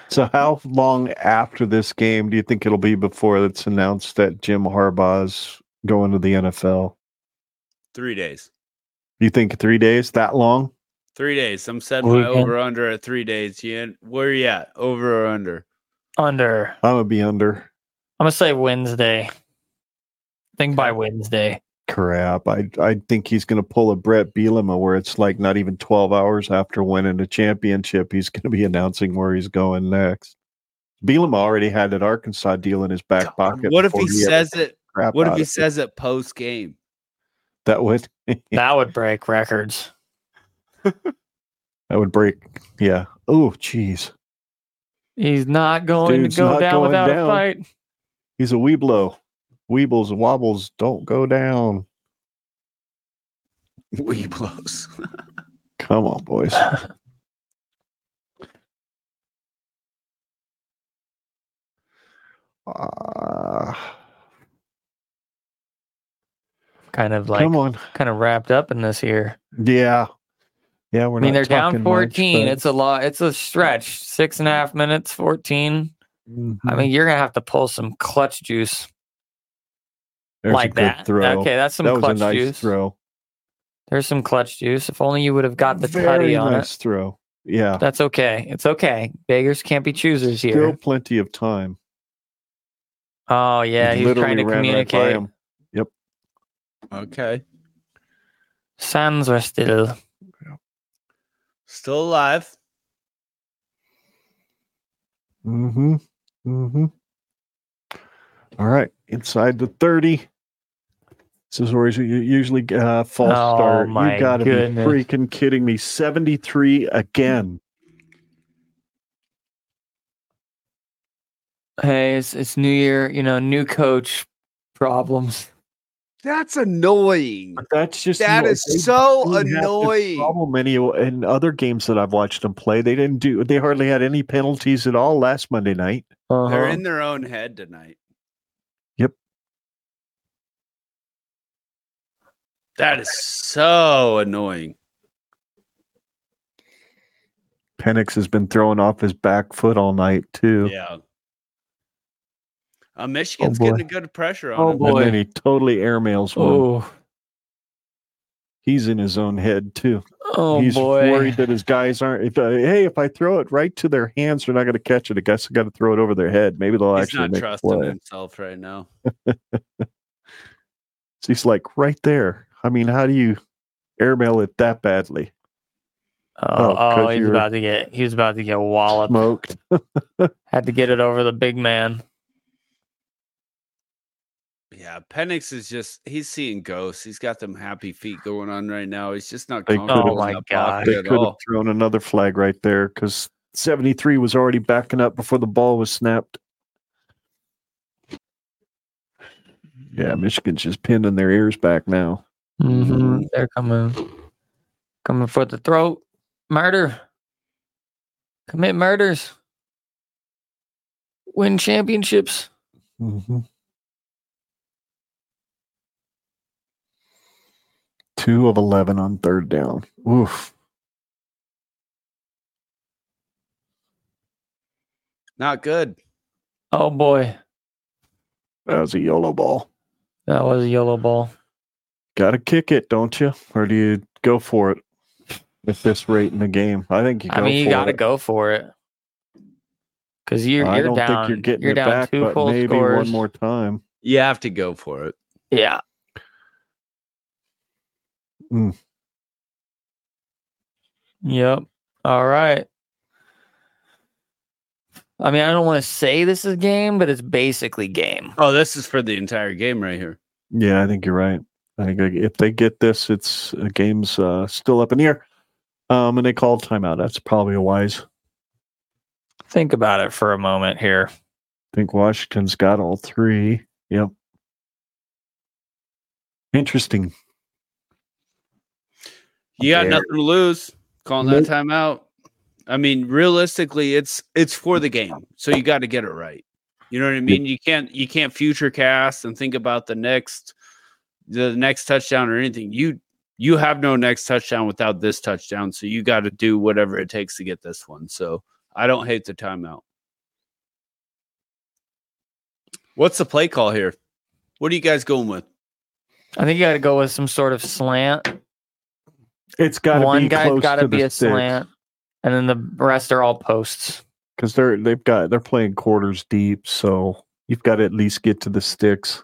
Speaker 1: So, how long after this game do you think it'll be before it's announced that Jim Harbaugh's going to the NFL?
Speaker 3: Three days.
Speaker 1: You think three days? That long?
Speaker 3: Three days. I'm setting
Speaker 2: We
Speaker 3: my
Speaker 2: can-
Speaker 3: over under at three days. You, where you at? Over or under?
Speaker 2: under.
Speaker 1: I'm gonna be under.
Speaker 2: I'm gonna say Wednesday. I think by Wednesday.
Speaker 1: Crap. I I think he's gonna pull a Brett Bielema where it's like not even twelve hours after winning a championship, he's gonna be *laughs* announcing where he's going next. Bielema already had that Arkansas deal in his back pocket.
Speaker 3: What if
Speaker 1: before
Speaker 3: he
Speaker 1: ever
Speaker 3: says it?
Speaker 1: crap
Speaker 3: What if
Speaker 1: out
Speaker 3: he
Speaker 1: of it.
Speaker 3: says it post game?
Speaker 1: that would *laughs*
Speaker 2: That would break records.
Speaker 1: that would break yeah. Oh jeez.
Speaker 2: He's not going
Speaker 1: Dude's
Speaker 2: to go
Speaker 1: not
Speaker 2: down
Speaker 1: going
Speaker 2: without
Speaker 1: down.
Speaker 2: a fight.
Speaker 1: He's a Weeblo. Weebles and wobbles don't go down.
Speaker 3: *laughs* We blows. *laughs*
Speaker 1: Come on,
Speaker 2: *laughs*
Speaker 1: boys. Ah.
Speaker 2: Kind of like
Speaker 1: Come on.
Speaker 2: kind of wrapped up in this year.
Speaker 1: Yeah. Yeah, we're
Speaker 2: I mean, they're
Speaker 1: not
Speaker 2: down
Speaker 1: talking much,
Speaker 2: 14.
Speaker 1: but-
Speaker 2: it's a lot. It's a stretch. Six and a half minutes, 14.
Speaker 1: mm-hmm.
Speaker 2: I mean, you're gonna have to pull some clutch juice
Speaker 1: There's a
Speaker 2: like
Speaker 1: good
Speaker 2: that. Okay, that's some
Speaker 1: that was a
Speaker 2: clutch
Speaker 1: nice
Speaker 2: juice.
Speaker 1: throw.
Speaker 2: There's some clutch juice. If only you would have got the
Speaker 1: Very
Speaker 2: tutty on
Speaker 1: nice throw. Yeah.
Speaker 2: it. That's okay. It's okay. Beggars can't be choosers
Speaker 1: Still
Speaker 2: here.
Speaker 1: plenty of time.
Speaker 2: Oh yeah,
Speaker 1: He
Speaker 2: he's
Speaker 1: literally
Speaker 2: trying to
Speaker 1: ran right by
Speaker 2: communicate.
Speaker 1: him.
Speaker 3: Okay.
Speaker 2: Sands are still.
Speaker 3: Still alive.
Speaker 1: Mm-hmm. Mm-hmm. All right. Inside the 30. This is where you usually uh, false
Speaker 2: Oh,
Speaker 1: start.
Speaker 2: my
Speaker 1: you gotta
Speaker 2: goodness.
Speaker 1: be freaking kidding me. 73 again.
Speaker 2: Hey, it's it's New Year. You know, new coach problems.
Speaker 3: That's annoying.
Speaker 1: But that's just
Speaker 3: That
Speaker 1: no-
Speaker 3: is
Speaker 1: they
Speaker 3: so
Speaker 1: didn't have this
Speaker 3: annoying.
Speaker 1: Problem any in other games that I've watched them play, they didn't do. They hardly had any penalties at all last Monday night.
Speaker 3: They're
Speaker 2: Uh-huh.
Speaker 3: in their own head tonight.
Speaker 1: Yep.
Speaker 3: That is so annoying.
Speaker 1: Penix has been throwing off his back foot all night too.
Speaker 3: Yeah. Uh, Michigan's
Speaker 1: Oh, boy.
Speaker 3: getting a good pressure on
Speaker 2: Oh,
Speaker 3: him.
Speaker 2: boy.
Speaker 1: And then he totally airmails one.
Speaker 2: oh,
Speaker 1: He's in his own head too.
Speaker 2: oh
Speaker 1: He's
Speaker 2: boy.
Speaker 1: worried that his guys aren't. If, uh, hey, if I throw it right to their hands, they're not going to catch it. I guess I got to throw it over their head. Maybe they'll
Speaker 3: He's
Speaker 1: actually
Speaker 3: not
Speaker 1: make a
Speaker 3: trusting
Speaker 1: play.
Speaker 3: himself right now.
Speaker 1: So he's like right there. I mean, how do you airmail it that badly?
Speaker 2: Oh,
Speaker 1: Oh, 'cause
Speaker 2: oh, he's
Speaker 1: you're-
Speaker 2: about to get. He was about to get walloped.
Speaker 1: Smoked.
Speaker 2: Had to get it over the big man.
Speaker 3: Yeah, Penix is just he's seeing ghosts. He's got them happy feet going on right now. He's just not
Speaker 1: They
Speaker 3: comfortable.
Speaker 1: could've-
Speaker 2: Oh my
Speaker 3: in that
Speaker 2: gosh.
Speaker 3: pocket
Speaker 1: They
Speaker 3: at
Speaker 1: could have
Speaker 3: all.
Speaker 1: thrown another flag right there because 73 was already backing up before the ball was snapped. Yeah, Michigan's just pinning their ears back now.
Speaker 2: Mm-hmm. They're coming, coming for the throat. Murder. Commit murders. Win championships.
Speaker 1: Mm-hmm. Two of 11 on third down. Oof.
Speaker 3: Not good.
Speaker 2: Oh boy,
Speaker 1: That was a YOLO ball.
Speaker 2: that was a yellow ball.
Speaker 1: Got to kick it, don't you? Or do you go for it? at this rate in the game. I think you. Go
Speaker 2: I mean, you
Speaker 1: for
Speaker 2: got to
Speaker 1: it.
Speaker 2: go for it. Because you're,
Speaker 1: I
Speaker 2: you're
Speaker 1: don't
Speaker 2: down.
Speaker 1: think you're getting
Speaker 2: you're
Speaker 1: it
Speaker 2: down
Speaker 1: back,
Speaker 2: two
Speaker 1: but
Speaker 2: cold
Speaker 1: maybe
Speaker 2: scores.
Speaker 1: one more time.
Speaker 3: You have to go for it.
Speaker 2: Yeah.
Speaker 1: Mm.
Speaker 2: Yep. All right. I mean, I don't want to say this is game, but it's basically game.
Speaker 3: Oh, this is for the entire game right here.
Speaker 1: Yeah, I think you're right. I think if they get this, it's the game's uh, still up in the air. Um, and they called timeout. That's probably a wise.
Speaker 2: Think about it for a moment here.
Speaker 1: I think Washington's got all three. Yep. Interesting.
Speaker 3: You got
Speaker 2: There.
Speaker 3: nothing to lose. Calling that timeout. I mean, realistically, it's it's for the game, so you got to get it right. You know what I mean? You can't you can't future cast and think about the next the next touchdown or anything. You you have no next touchdown without this touchdown, so you got to do whatever it takes to get this one. So I don't hate the timeout. What's the play call here? What are you guys going with?
Speaker 2: I think you got to go with some sort of slant.
Speaker 1: It's got to
Speaker 2: One
Speaker 1: be
Speaker 2: guy's
Speaker 1: close
Speaker 2: got to
Speaker 1: to
Speaker 2: be
Speaker 1: the
Speaker 2: a slant, and then the rest are all posts.
Speaker 1: because they're they've got they're playing quarters deep, so you've got to at least get to the sticks.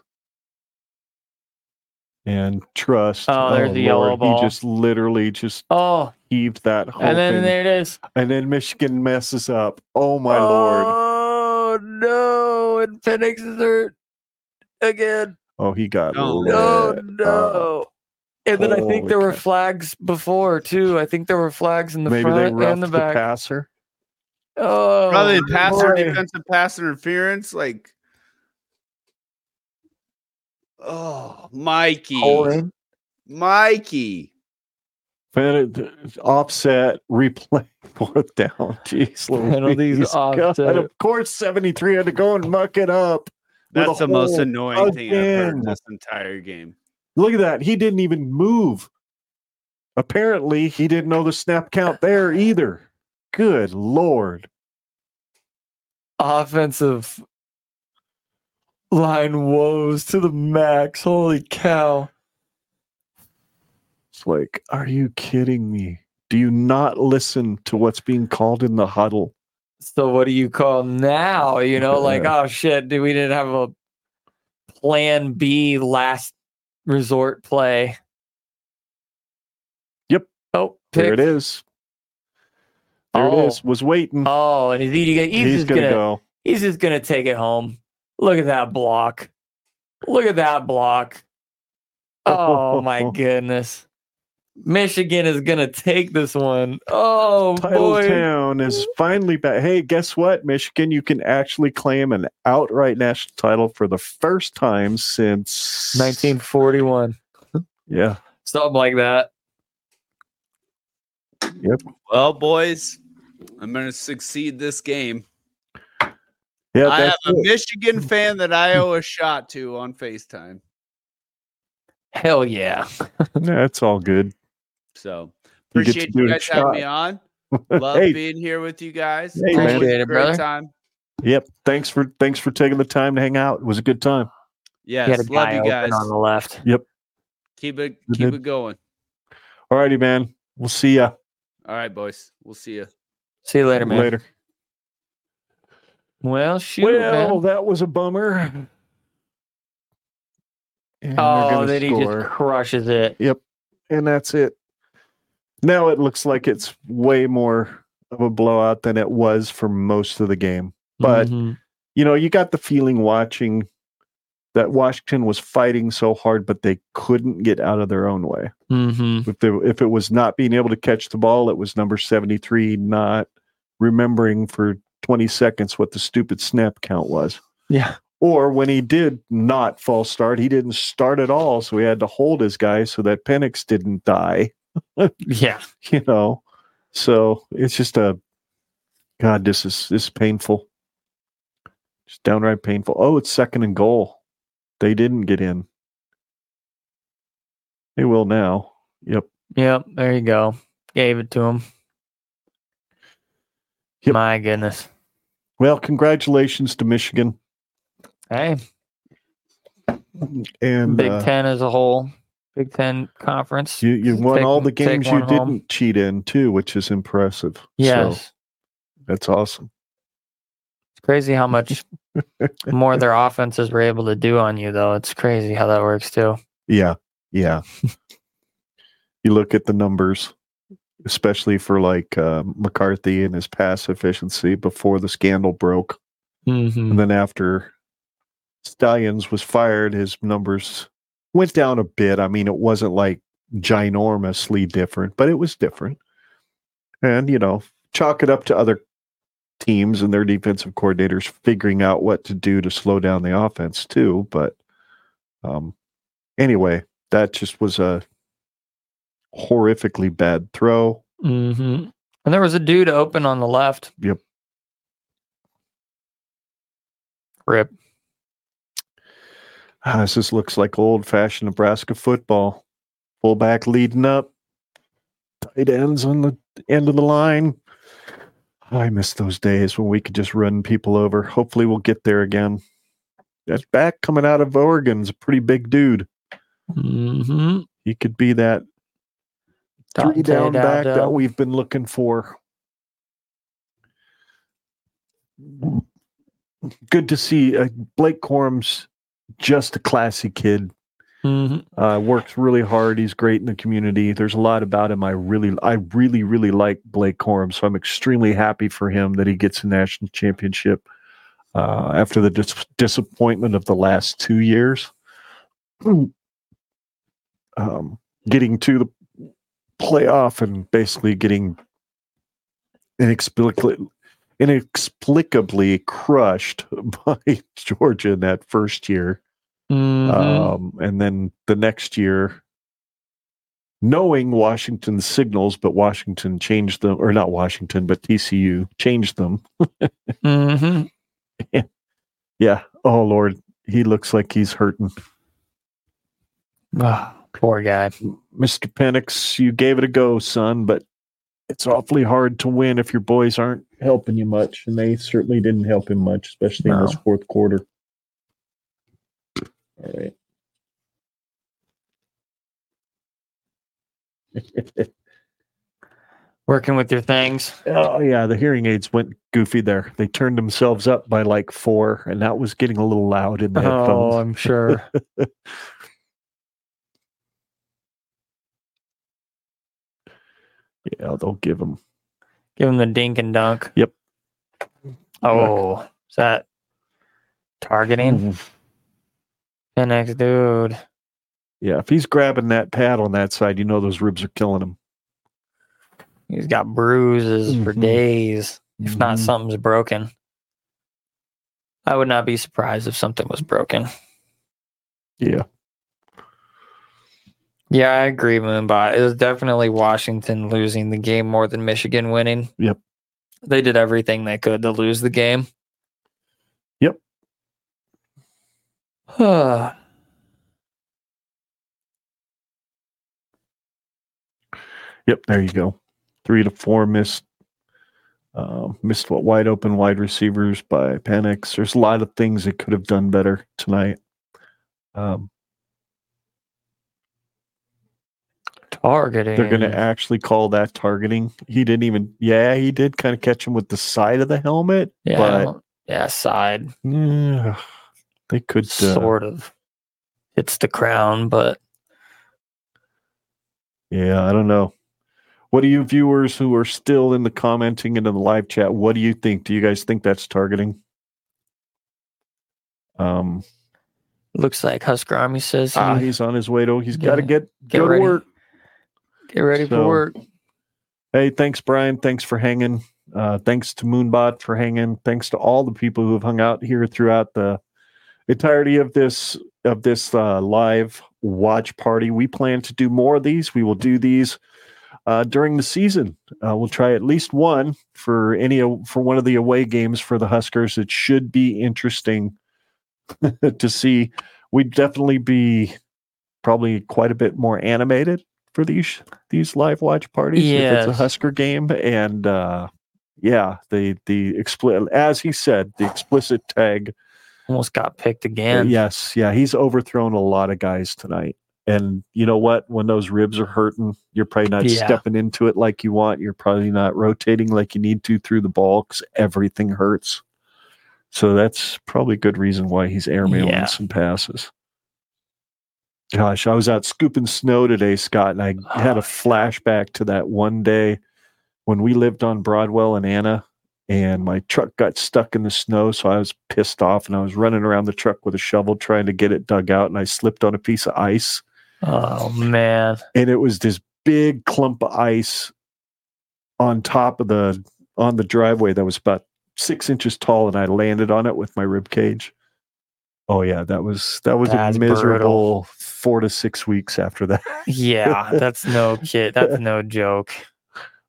Speaker 1: And trust.
Speaker 2: Oh, there's the yellow ball.
Speaker 1: He just literally just
Speaker 2: Oh,
Speaker 1: heaved that whole
Speaker 2: and then
Speaker 1: thing.
Speaker 2: there it is.
Speaker 1: and then Michigan messes up. Oh my lord!
Speaker 2: Oh no! And Penix is hurt again.
Speaker 1: Oh, he got
Speaker 3: No,
Speaker 1: lit
Speaker 2: No,
Speaker 1: up.
Speaker 2: Oh, no. And then I think
Speaker 1: uh, Holy
Speaker 2: there were
Speaker 1: cow.
Speaker 2: flags before too. I think there were flags in the
Speaker 1: Maybe they
Speaker 2: front
Speaker 1: roughed
Speaker 2: and
Speaker 1: the,
Speaker 2: the back.
Speaker 1: passer.
Speaker 2: oh,
Speaker 3: Probably pass or
Speaker 2: boy.
Speaker 3: defensive pass interference. Like, oh, Mikey,
Speaker 2: Holding.
Speaker 3: Mikey.
Speaker 1: But it- offset replay *laughs* fourth down. Jeez,
Speaker 2: *laughs* Penalties
Speaker 1: Louise. God,
Speaker 2: offset.
Speaker 1: Of course, seventy three had to go and muck it up. with
Speaker 3: That's
Speaker 1: a
Speaker 3: the most
Speaker 1: hole
Speaker 3: annoying thing I've
Speaker 1: again.
Speaker 3: heard this entire game.
Speaker 1: Look at that. He didn't even move. Apparently, he didn't know the snap count there either. Good lord.
Speaker 2: Offensive line woes to the max. Holy cow!
Speaker 1: It's like, are you kidding me? Do you not listen to what's being called in the huddle?
Speaker 2: So what do you call now? You know,
Speaker 1: *laughs*
Speaker 2: like oh shit, dude, we didn't have a plan B last resort play.
Speaker 1: Yep.
Speaker 2: Oh,
Speaker 1: There
Speaker 2: pick.
Speaker 1: it is. There
Speaker 2: Oh.
Speaker 1: it is. Was waiting.
Speaker 2: Oh, and he's, he, he's,
Speaker 1: He's,
Speaker 2: just
Speaker 1: gonna,
Speaker 2: gonna,
Speaker 1: go.
Speaker 2: he's just gonna take it home. Look at that block. Look at that block. Oh
Speaker 1: *laughs*
Speaker 2: my goodness. Michigan is gonna take this one. Oh boy.
Speaker 1: Titletown is finally back. Hey, guess what, Michigan? You can actually claim an outright national title for the first time since
Speaker 2: 1941.
Speaker 1: Yeah,
Speaker 2: Something like that.
Speaker 3: Well, boys, I'm going to succeed this game.
Speaker 1: yeah.
Speaker 3: I have
Speaker 1: That's
Speaker 3: a
Speaker 1: it. Mm.
Speaker 3: Michigan fan that I owe a shot to on FaceTime.
Speaker 2: Hell yeah.
Speaker 1: *laughs* That's all good.
Speaker 3: So
Speaker 1: You get to
Speaker 3: appreciate
Speaker 1: do
Speaker 3: you
Speaker 1: it a
Speaker 3: guys having me on.
Speaker 1: *laughs*
Speaker 3: Love
Speaker 1: Hey.
Speaker 3: being here with you guys.
Speaker 1: Hey,
Speaker 3: Always
Speaker 1: man.
Speaker 2: Appreciate
Speaker 3: a
Speaker 2: it,
Speaker 3: great
Speaker 2: brother.
Speaker 3: time.
Speaker 1: Yep. Thanks for thanks for taking the time to hang out. It was a good time.
Speaker 2: He had a
Speaker 3: Yes, love
Speaker 2: guy
Speaker 3: you
Speaker 2: open
Speaker 3: guys.
Speaker 2: on the left.
Speaker 3: Keep it
Speaker 1: We
Speaker 3: keep
Speaker 1: did.
Speaker 3: it going.
Speaker 1: All righty, man. We'll see ya
Speaker 3: All right, boys. We'll see you.
Speaker 2: See you later, man.
Speaker 1: later.
Speaker 2: Well, shoot,
Speaker 1: well,
Speaker 2: man.
Speaker 1: that was a bummer. And they're
Speaker 2: Oh,
Speaker 1: gonna
Speaker 2: then he
Speaker 1: score.
Speaker 2: just crushes it.
Speaker 1: and that's it. Now it looks like it's way more of a blowout than it was for most of the game. But-
Speaker 2: Mhm.
Speaker 1: You know, you got the feeling watching that Washington was fighting so hard, but they couldn't get out of their own way.
Speaker 2: Mhm.
Speaker 1: If they, if it was not being able to catch the ball, it was number seventy three not remembering for twenty seconds what the stupid snap count was.
Speaker 2: yeah,
Speaker 1: Or when he did not false start, he didn't start at all, so he had to hold his guy so that Penix didn't die.
Speaker 2: yeah.
Speaker 1: *laughs* you know so it's just a god this is this is painful just downright painful oh it's second and goal they didn't get in they will now yep
Speaker 2: Yep, there you go. Gave it to him.
Speaker 1: Yep.
Speaker 2: My goodness.
Speaker 1: well congratulations to michigan
Speaker 2: Hey,
Speaker 1: and
Speaker 2: Big
Speaker 1: uh,
Speaker 2: Ten as a whole. Big Ten Conference.
Speaker 1: You you won
Speaker 2: Take-
Speaker 1: all the
Speaker 2: take
Speaker 1: games you
Speaker 2: one home.
Speaker 1: didn't cheat in too, which is impressive.
Speaker 2: Yes.
Speaker 1: So that's awesome.
Speaker 2: It's crazy how much
Speaker 1: *laughs*
Speaker 2: more their offenses were able to do on you, though. It's crazy how that works, too.
Speaker 1: Yeah. Yeah. you look at the numbers, especially for like uh, McCarthy and his pass efficiency before the scandal broke.
Speaker 2: Mm-hmm.
Speaker 1: And then after Stallions was fired, his numbers went down a bit. I mean, it wasn't like ginormously different, but it was different. And, you know, chalk it up to other teams and their defensive coordinators figuring out what to do to slow down the offense, too. But um, anyway, that just was a horrifically bad throw.
Speaker 2: Mm-hmm. And there was a dude open on the left.
Speaker 1: Yep.
Speaker 2: Rip.
Speaker 1: Ah, this just looks like old fashioned Nebraska football. Fullback leading up, tight ends on the end of the line. I miss those days when we could just run people over. Hopefully, we'll get there again. That back coming out of Oregon's a pretty big dude.
Speaker 2: Mm-hmm.
Speaker 1: He could be that three down back that we've been looking for. Good to see uh, Blake Corum's just a classy kid.
Speaker 2: hmm
Speaker 1: Uh, works really hard. He's great in the community. There's a lot about him. I really, I really, really like Blake Corum. So I'm extremely happy for him that he gets a national championship uh, after the dis- disappointment of the last two years. *clears throat* Um, getting to the playoff and basically getting inexplicably, inexplicably crushed *laughs* by Georgia in that first year
Speaker 2: Mm-hmm.
Speaker 1: um, and then the next year knowing washington's signals but washington changed them or not washington but tcu changed them
Speaker 2: hmm
Speaker 1: yeah oh lord he looks like he's hurting
Speaker 2: poor guy.
Speaker 1: mr Penix, you gave it a go son but it's awfully hard to win if your boys aren't helping you much and they certainly didn't help him much especially in
Speaker 2: No.
Speaker 1: this fourth quarter all right *laughs*
Speaker 2: Working with your things.
Speaker 1: Oh yeah, the hearing aids went goofy there. They turned themselves up by like four, and that was getting a little loud in the
Speaker 2: Oh,
Speaker 1: headphones.
Speaker 2: I'm sure.
Speaker 1: Yeah, they'll give them.
Speaker 2: Give him the dink and dunk.
Speaker 1: Yep.
Speaker 2: Oh, is that
Speaker 1: Mm-hmm.
Speaker 2: targeting? The next dude.
Speaker 1: Yeah, if he's grabbing that pad on that side, you know those ribs are killing him.
Speaker 2: He's got bruises for
Speaker 1: Mhm.
Speaker 2: days. If not,
Speaker 1: Mhm.
Speaker 2: something's broken. I would not be surprised if something was broken.
Speaker 1: yeah,
Speaker 2: Yeah, I agree, Moonbot. It was definitely Washington losing the game more than Michigan winning.
Speaker 1: Yep.
Speaker 2: They did everything they could to lose the game.
Speaker 1: Yep.
Speaker 2: *sighs*
Speaker 1: yep. There you go. Three to four missed. Uh, missed what wide open wide receivers by Penix. There's a lot of things they could have done better tonight. Um,
Speaker 2: Targeting.
Speaker 1: They're going to actually call that targeting. He didn't even, yeah, he did kind of catch him with the side of the helmet,
Speaker 2: yeah, I
Speaker 1: but
Speaker 2: don't- yeah, side.
Speaker 1: yeah, they could. Uh,
Speaker 2: sort of hits the crown, but
Speaker 1: yeah, I don't know. What do you viewers who are still in the commenting and in the live chat? What do you think? Do you guys think that's targeting? Um,
Speaker 2: looks like Husker Army says he-
Speaker 1: ah, he's on his way to. He's got to
Speaker 2: Yeah.
Speaker 1: get
Speaker 2: Get
Speaker 1: go to
Speaker 2: ready.
Speaker 1: work.
Speaker 2: get ready
Speaker 1: so-
Speaker 2: for work.
Speaker 1: Hey, thanks, Brian. Thanks for hanging. Uh, thanks to Moonbot for hanging. Thanks to all the people who have hung out here throughout the entirety of this of this uh, live watch party. We plan to do more of these. We will do these uh, during the season. Uh, we'll try at least one for any of- for one of the away games for the Huskers. It should be interesting *laughs* to see. We'd definitely be probably quite a bit more animated for these these live watch parties if it's
Speaker 2: Yes.
Speaker 1: a Husker game and uh yeah the the expli- as he said the explicit tag
Speaker 2: Almost got picked
Speaker 1: uh,
Speaker 2: again.
Speaker 1: yes yeah he's overthrown a lot of guys tonight And you know what? When those ribs are hurting, you're probably not
Speaker 2: Yeah.
Speaker 1: stepping into it like you want. You're probably not rotating like you need to through the ball because everything hurts. So that's probably a good reason why he's airmailing
Speaker 2: Yeah.
Speaker 1: some passes. Gosh, I was out scooping snow today, Scott, and I had a flashback to that one day when we lived on Broadwell and Anna, and my truck got stuck in the snow. So I was pissed off and I was running around the truck with a shovel trying to get it dug out, and I slipped on a piece of ice
Speaker 2: Oh man.
Speaker 1: and it was this big clump of ice on top of the on the driveway that was about six inches tall and i landed on it with my rib cage oh yeah that was that was
Speaker 2: That's
Speaker 1: a miserable
Speaker 2: brutal.
Speaker 1: four to six weeks after that *laughs*
Speaker 2: Yeah, that's no kid. That's no joke.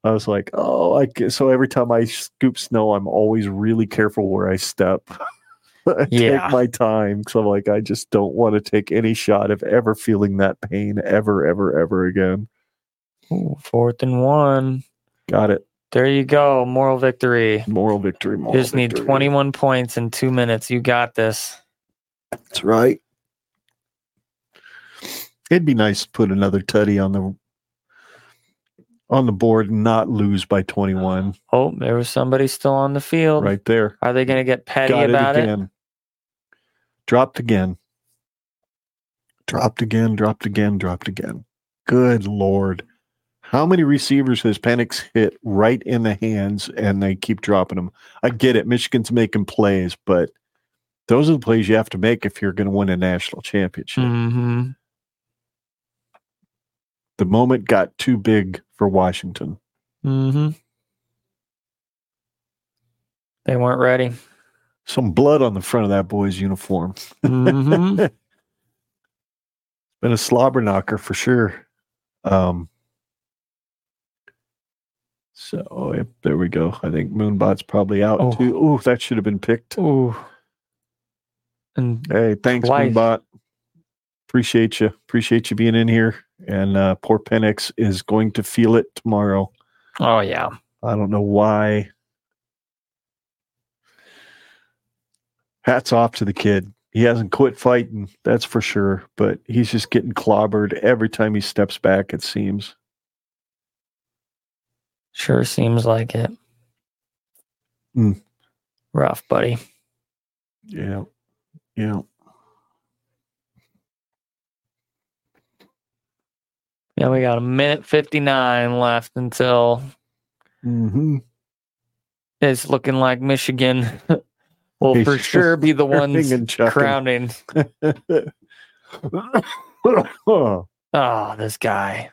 Speaker 1: i was like oh i ca- so every time i scoop snow i'm always really careful where i step *laughs* I
Speaker 2: Yeah.
Speaker 1: take my time because i'm like i just don't want to take any shot of ever feeling that pain ever ever ever again
Speaker 2: Ooh, fourth and one.
Speaker 1: got it
Speaker 2: There you go. Moral victory.
Speaker 1: moral victory moral
Speaker 2: Just need
Speaker 1: victory.
Speaker 2: 21 points in two minutes. You got this.
Speaker 1: That's right. It'd be nice to put another tutty on the on the board and not lose by 21
Speaker 2: Oh, there was somebody still on the field.
Speaker 1: right there.
Speaker 2: Are they going to get petty
Speaker 1: Got
Speaker 2: Oh, about
Speaker 1: it
Speaker 2: it?
Speaker 1: again. Dropped again. Dropped again, dropped again, dropped again. Good lord. How many receivers has Penix hit right in the hands and they keep dropping them? I get it. Michigan's making plays, but those are the plays you have to make if you're going to win a national championship.
Speaker 2: hmm
Speaker 1: the moment got too big for Washington.
Speaker 2: hmm They weren't ready.
Speaker 1: Some blood on the front of that boy's uniform.
Speaker 2: hmm
Speaker 1: Been a slobber knocker for sure. Um, so yep, there we go. I think Moonbot's probably out
Speaker 2: Oh.
Speaker 1: too. Oh, that should have been picked.
Speaker 2: *laughs* Ooh. And
Speaker 1: Hey, thanks,
Speaker 2: Twice.
Speaker 1: Moonbot. Appreciate you. Appreciate you being in here. And uh, poor Penix is going to feel it tomorrow.
Speaker 2: oh yeah.
Speaker 1: I don't know why. Hats off to the kid. He hasn't quit fighting, that's for sure, but he's just getting clobbered every time he steps back, it seems.
Speaker 2: Sure seems like it.
Speaker 1: Mm.
Speaker 2: Rough, buddy.
Speaker 1: Yeah. Yeah.
Speaker 2: Yeah, we got a minute 59 left until
Speaker 1: Mm-hmm.
Speaker 2: it's looking like Michigan *laughs* will for sure be the ones
Speaker 1: and chucking.
Speaker 2: crowning.
Speaker 1: *laughs* mm-hmm.
Speaker 2: Oh, this guy.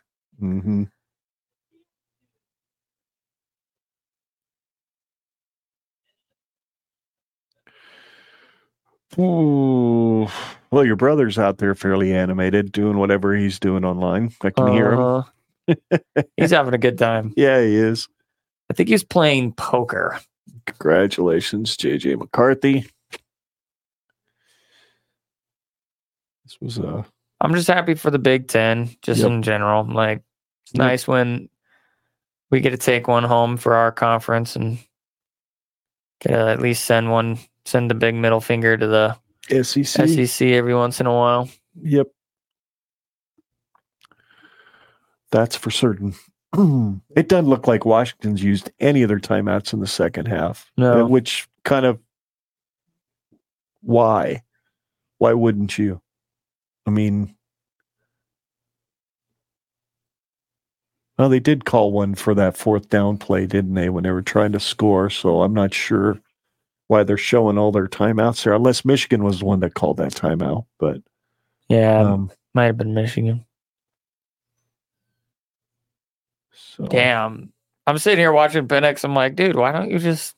Speaker 1: Ooh. Well, your brother's out there fairly animated, doing whatever he's doing online. I can hear him. *laughs*
Speaker 2: Uh-huh. he's having a good time.
Speaker 1: Yeah, he is.
Speaker 2: I think he's playing poker.
Speaker 1: Congratulations, JJ McCarthy. This was a
Speaker 2: I'm just happy for the Big Ten, just
Speaker 1: Yep.
Speaker 2: in general. Like, it's
Speaker 1: Yep.
Speaker 2: nice when we get to take one home for our conference and get to at least send one, send the big middle finger to the
Speaker 1: SEC.
Speaker 2: SEC every once in a while.
Speaker 1: Yep. That's for certain. *clears throat* it doesn't look like Washington's used any of their timeouts in the second half.
Speaker 2: No.
Speaker 1: uh, Which kind of why? Why wouldn't you? I mean, well, they did call one for that fourth down play, didn't they, when they were trying to score? So I'm not sure why they're showing all their timeouts there, unless Michigan was the one that called that timeout. But
Speaker 2: Yeah,
Speaker 1: um,
Speaker 2: might have been Michigan.
Speaker 1: So
Speaker 2: Damn. I'm sitting here watching Penix. I'm like, dude, why don't
Speaker 1: *laughs*
Speaker 2: you just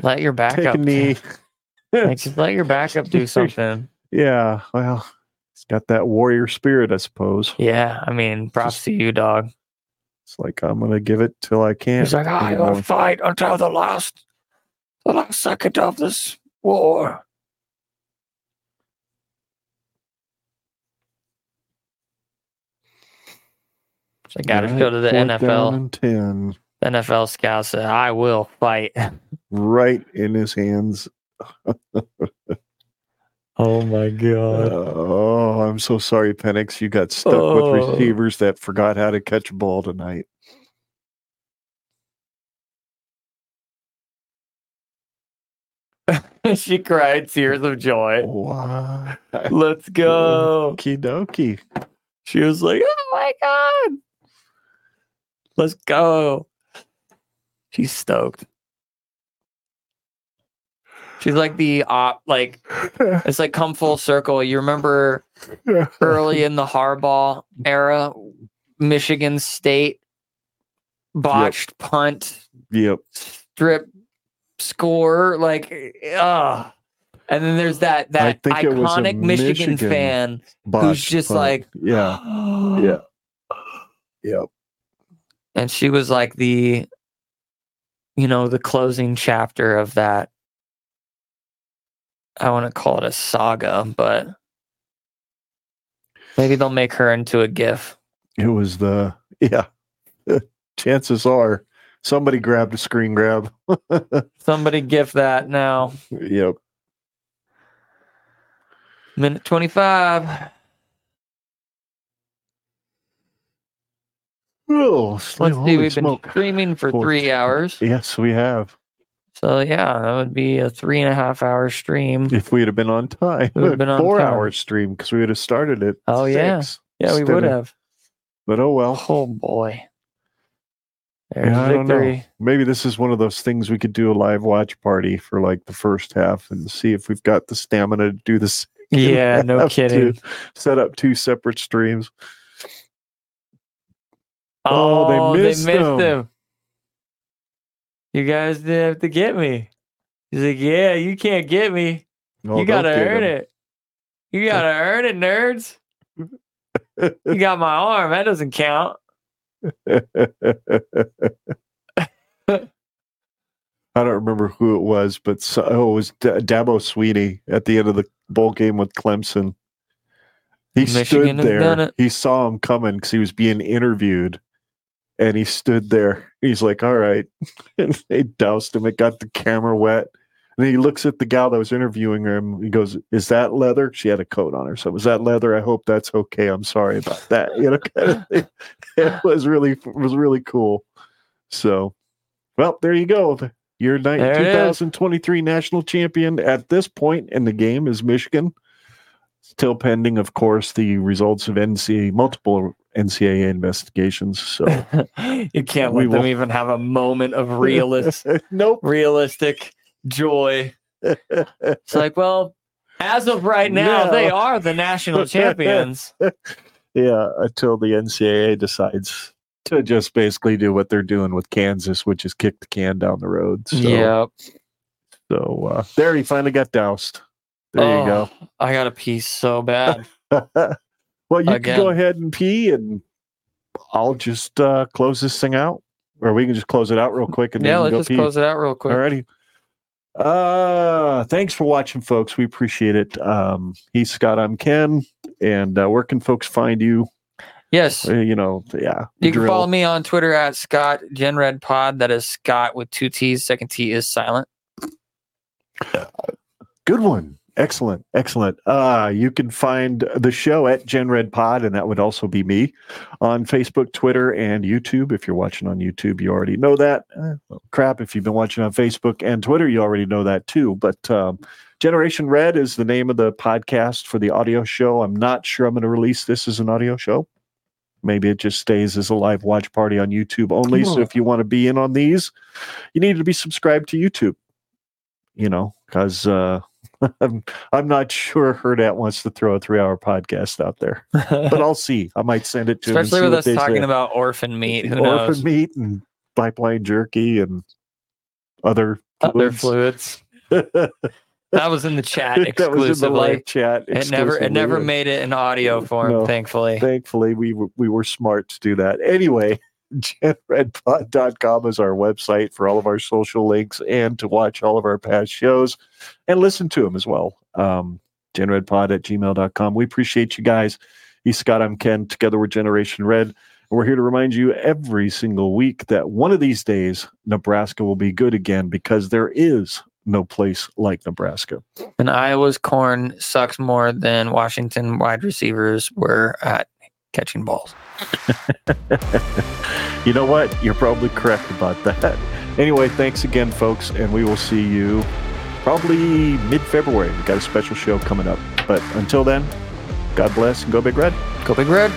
Speaker 2: let your
Speaker 1: take a
Speaker 2: backup
Speaker 1: knee.
Speaker 2: *laughs* like, just let your backup
Speaker 1: *laughs*
Speaker 2: do something?
Speaker 1: Yeah, well, it's got that warrior spirit, I suppose.
Speaker 2: Yeah, I mean, props to you, dog.
Speaker 1: It's like I'm gonna give it till I can't.
Speaker 2: He's like, "Ah, oh, I
Speaker 1: you
Speaker 2: will
Speaker 1: know.
Speaker 2: fight until the last, the last second of this war. So I got to
Speaker 1: Right,
Speaker 2: go to the
Speaker 1: fourth down
Speaker 2: NFL.
Speaker 1: and ten,
Speaker 2: The NFL scout said, I will fight.
Speaker 1: right in his hands.
Speaker 2: Oh my god.
Speaker 1: Oh, I'm so sorry, Penix. You got stuck with
Speaker 2: Oh.
Speaker 1: receivers that forgot how to catch a ball tonight.
Speaker 2: *laughs* she cried tears of
Speaker 1: Oh
Speaker 2: joy.
Speaker 1: Wow.
Speaker 2: Let's go.
Speaker 1: Okie dokie.
Speaker 2: She was like, oh my God. Let's go. She's stoked. She's like the op, like, it's like come full circle. You remember early in the Harbaugh era, Michigan State botched punt
Speaker 1: Yep.
Speaker 2: strip score like uh and then there's that
Speaker 1: I
Speaker 2: that
Speaker 1: think it was a
Speaker 2: iconic michigan,
Speaker 1: Michigan
Speaker 2: fan who's
Speaker 1: Botched
Speaker 2: just
Speaker 1: punt.
Speaker 2: like *gasps*
Speaker 1: yeah, yeah, yep.
Speaker 2: and she was like the you know the closing chapter of that i want to call it a saga but maybe they'll make her into a gif
Speaker 1: It was the yeah. Chances are somebody grabbed a screen grab.
Speaker 2: somebody gif that now
Speaker 1: Yep.
Speaker 2: minute 25
Speaker 1: Oh,
Speaker 2: let's see
Speaker 1: holy
Speaker 2: we've
Speaker 1: smoke.
Speaker 2: been streaming for
Speaker 1: Holy
Speaker 2: three
Speaker 1: smoke.
Speaker 2: hours
Speaker 1: Yes, we have.
Speaker 2: So yeah, that would be a three and a half hour stream.
Speaker 1: If we'd have been on time,
Speaker 2: We'd have been on
Speaker 1: four
Speaker 2: time.
Speaker 1: hour stream because we would have started it.
Speaker 2: Oh, yeah. Yeah, we
Speaker 1: Instead
Speaker 2: would
Speaker 1: of-
Speaker 2: have.
Speaker 1: But oh well.
Speaker 2: Oh boy. There's
Speaker 1: Yeah, I don't know.
Speaker 2: victory.
Speaker 1: Maybe this is one of those things we could do a live watch party for like the first half and see if we've got the stamina to do this. *laughs*
Speaker 2: Yeah, no
Speaker 1: Have to
Speaker 2: kidding.
Speaker 1: Set up two separate streams. Oh, they missed him.
Speaker 2: You guys didn't have to get me. He's like, yeah, you can't get me.
Speaker 1: Oh,
Speaker 2: you gotta
Speaker 1: they'll get
Speaker 2: earn
Speaker 1: him.
Speaker 2: it.
Speaker 1: *laughs*
Speaker 2: You gotta earn it, nerds. you got my arm. That doesn't count. *laughs*
Speaker 1: I don't remember who it was, but so, oh, it was D- Dabo Sweeney at the end of the bowl game with Clemson. He
Speaker 2: Michigan
Speaker 1: stood
Speaker 2: has done
Speaker 1: there.
Speaker 2: it.
Speaker 1: He saw him coming because he was being interviewed, and he stood there. He's like, "All right," *laughs* and they doused him. It got the camera wet. And he looks at the gal that was interviewing him. He goes, "Is that leather?" She had a coat on her, so "Is that leather?" I hope that's okay. I'm sorry about that. *laughs* You know, kind of thing. *laughs* it was really it was really cool. So, well, there you go. Your night
Speaker 2: There it is.
Speaker 1: 2023 national champion at this point in the game is Michigan. Still pending, of course, the results of NCAA multiple NCAA investigations. So,
Speaker 2: *laughs* you can't
Speaker 1: We
Speaker 2: let them
Speaker 1: will-
Speaker 2: even have a moment of realist
Speaker 1: *laughs* nope.
Speaker 2: realistic joy. It's like, well, as of right now,
Speaker 1: No.
Speaker 2: they are the
Speaker 1: *laughs*
Speaker 2: national champions.
Speaker 1: Yeah, until the NCAA decides to just basically do what they're doing with Kansas, which is kick the can down the road. So, so uh, there he finally got doused. There you go.
Speaker 2: Oh, I got a piece so bad.
Speaker 1: well, you can go
Speaker 2: Again.
Speaker 1: ahead and pee, and I'll just uh, close this thing out, or we can just close it out real quick and
Speaker 2: yeah,
Speaker 1: then *laughs* you
Speaker 2: let's
Speaker 1: can go
Speaker 2: just
Speaker 1: pee.
Speaker 2: close it out real quick.
Speaker 1: Alrighty. Uh, thanks for watching, folks. We appreciate it. Um, he's Scott. I'm Ken. And uh, where can folks find you?
Speaker 2: Yes.
Speaker 1: Uh, you know, yeah.
Speaker 2: You can follow me on Twitter at Scott Genred Pod. That is Scott with
Speaker 1: *laughs*
Speaker 2: two T's. Second T is silent.
Speaker 1: Good one. Excellent. Excellent. Uh, you can find the show at Gen Red Pod, and that would also be me on Facebook, Twitter, and YouTube. If you're watching on YouTube, you already know that. Eh, well, crap, if you've been watching on Facebook and Twitter, you already know that too. But um, Generation Red is the name of the podcast for the audio show. I'm not sure I'm going to release this as an audio show. Maybe it just stays as a live watch party on YouTube only. So
Speaker 2: Cool.
Speaker 1: if you want to be in on these, you need to be subscribed to YouTube. You know, because uh, *laughs* I'm I'm not sure Herdat wants to throw a three hour podcast out there, but I'll see. I might send it to him and
Speaker 2: Especially
Speaker 1: see
Speaker 2: with
Speaker 1: what
Speaker 2: us
Speaker 1: they say.
Speaker 2: talking about orphan meat. Who
Speaker 1: *laughs* orphan
Speaker 2: knows?
Speaker 1: meat and pipeline jerky and other
Speaker 2: Other
Speaker 1: foods. *laughs*
Speaker 2: fluids. That was in the chat
Speaker 1: that was in the
Speaker 2: exclusively.
Speaker 1: live chat.
Speaker 2: It never it never
Speaker 1: exclusively.
Speaker 2: made it in audio form,
Speaker 1: No.
Speaker 2: thankfully.
Speaker 1: Thankfully, we were, we were smart to do that. Anyway, *laughs* genredpod.com is our website for all of our social links and to watch all of our past shows and listen to them as well. Um, genredpod at gmail.com. We appreciate you guys. He's Scott, I'm Ken. Together we're Generation Red. And we're here to remind you every single week that one of these days, Nebraska will be good again because there is no place like Nebraska.
Speaker 4: And Iowa's corn sucks more than Washington wide receivers were at catching balls.
Speaker 1: You know what? You're probably correct about that. Anyway, thanks again, folks, and we will see you probably mid February. We've got a special show coming up. But until then, God bless and go big red.
Speaker 4: Go Big Red.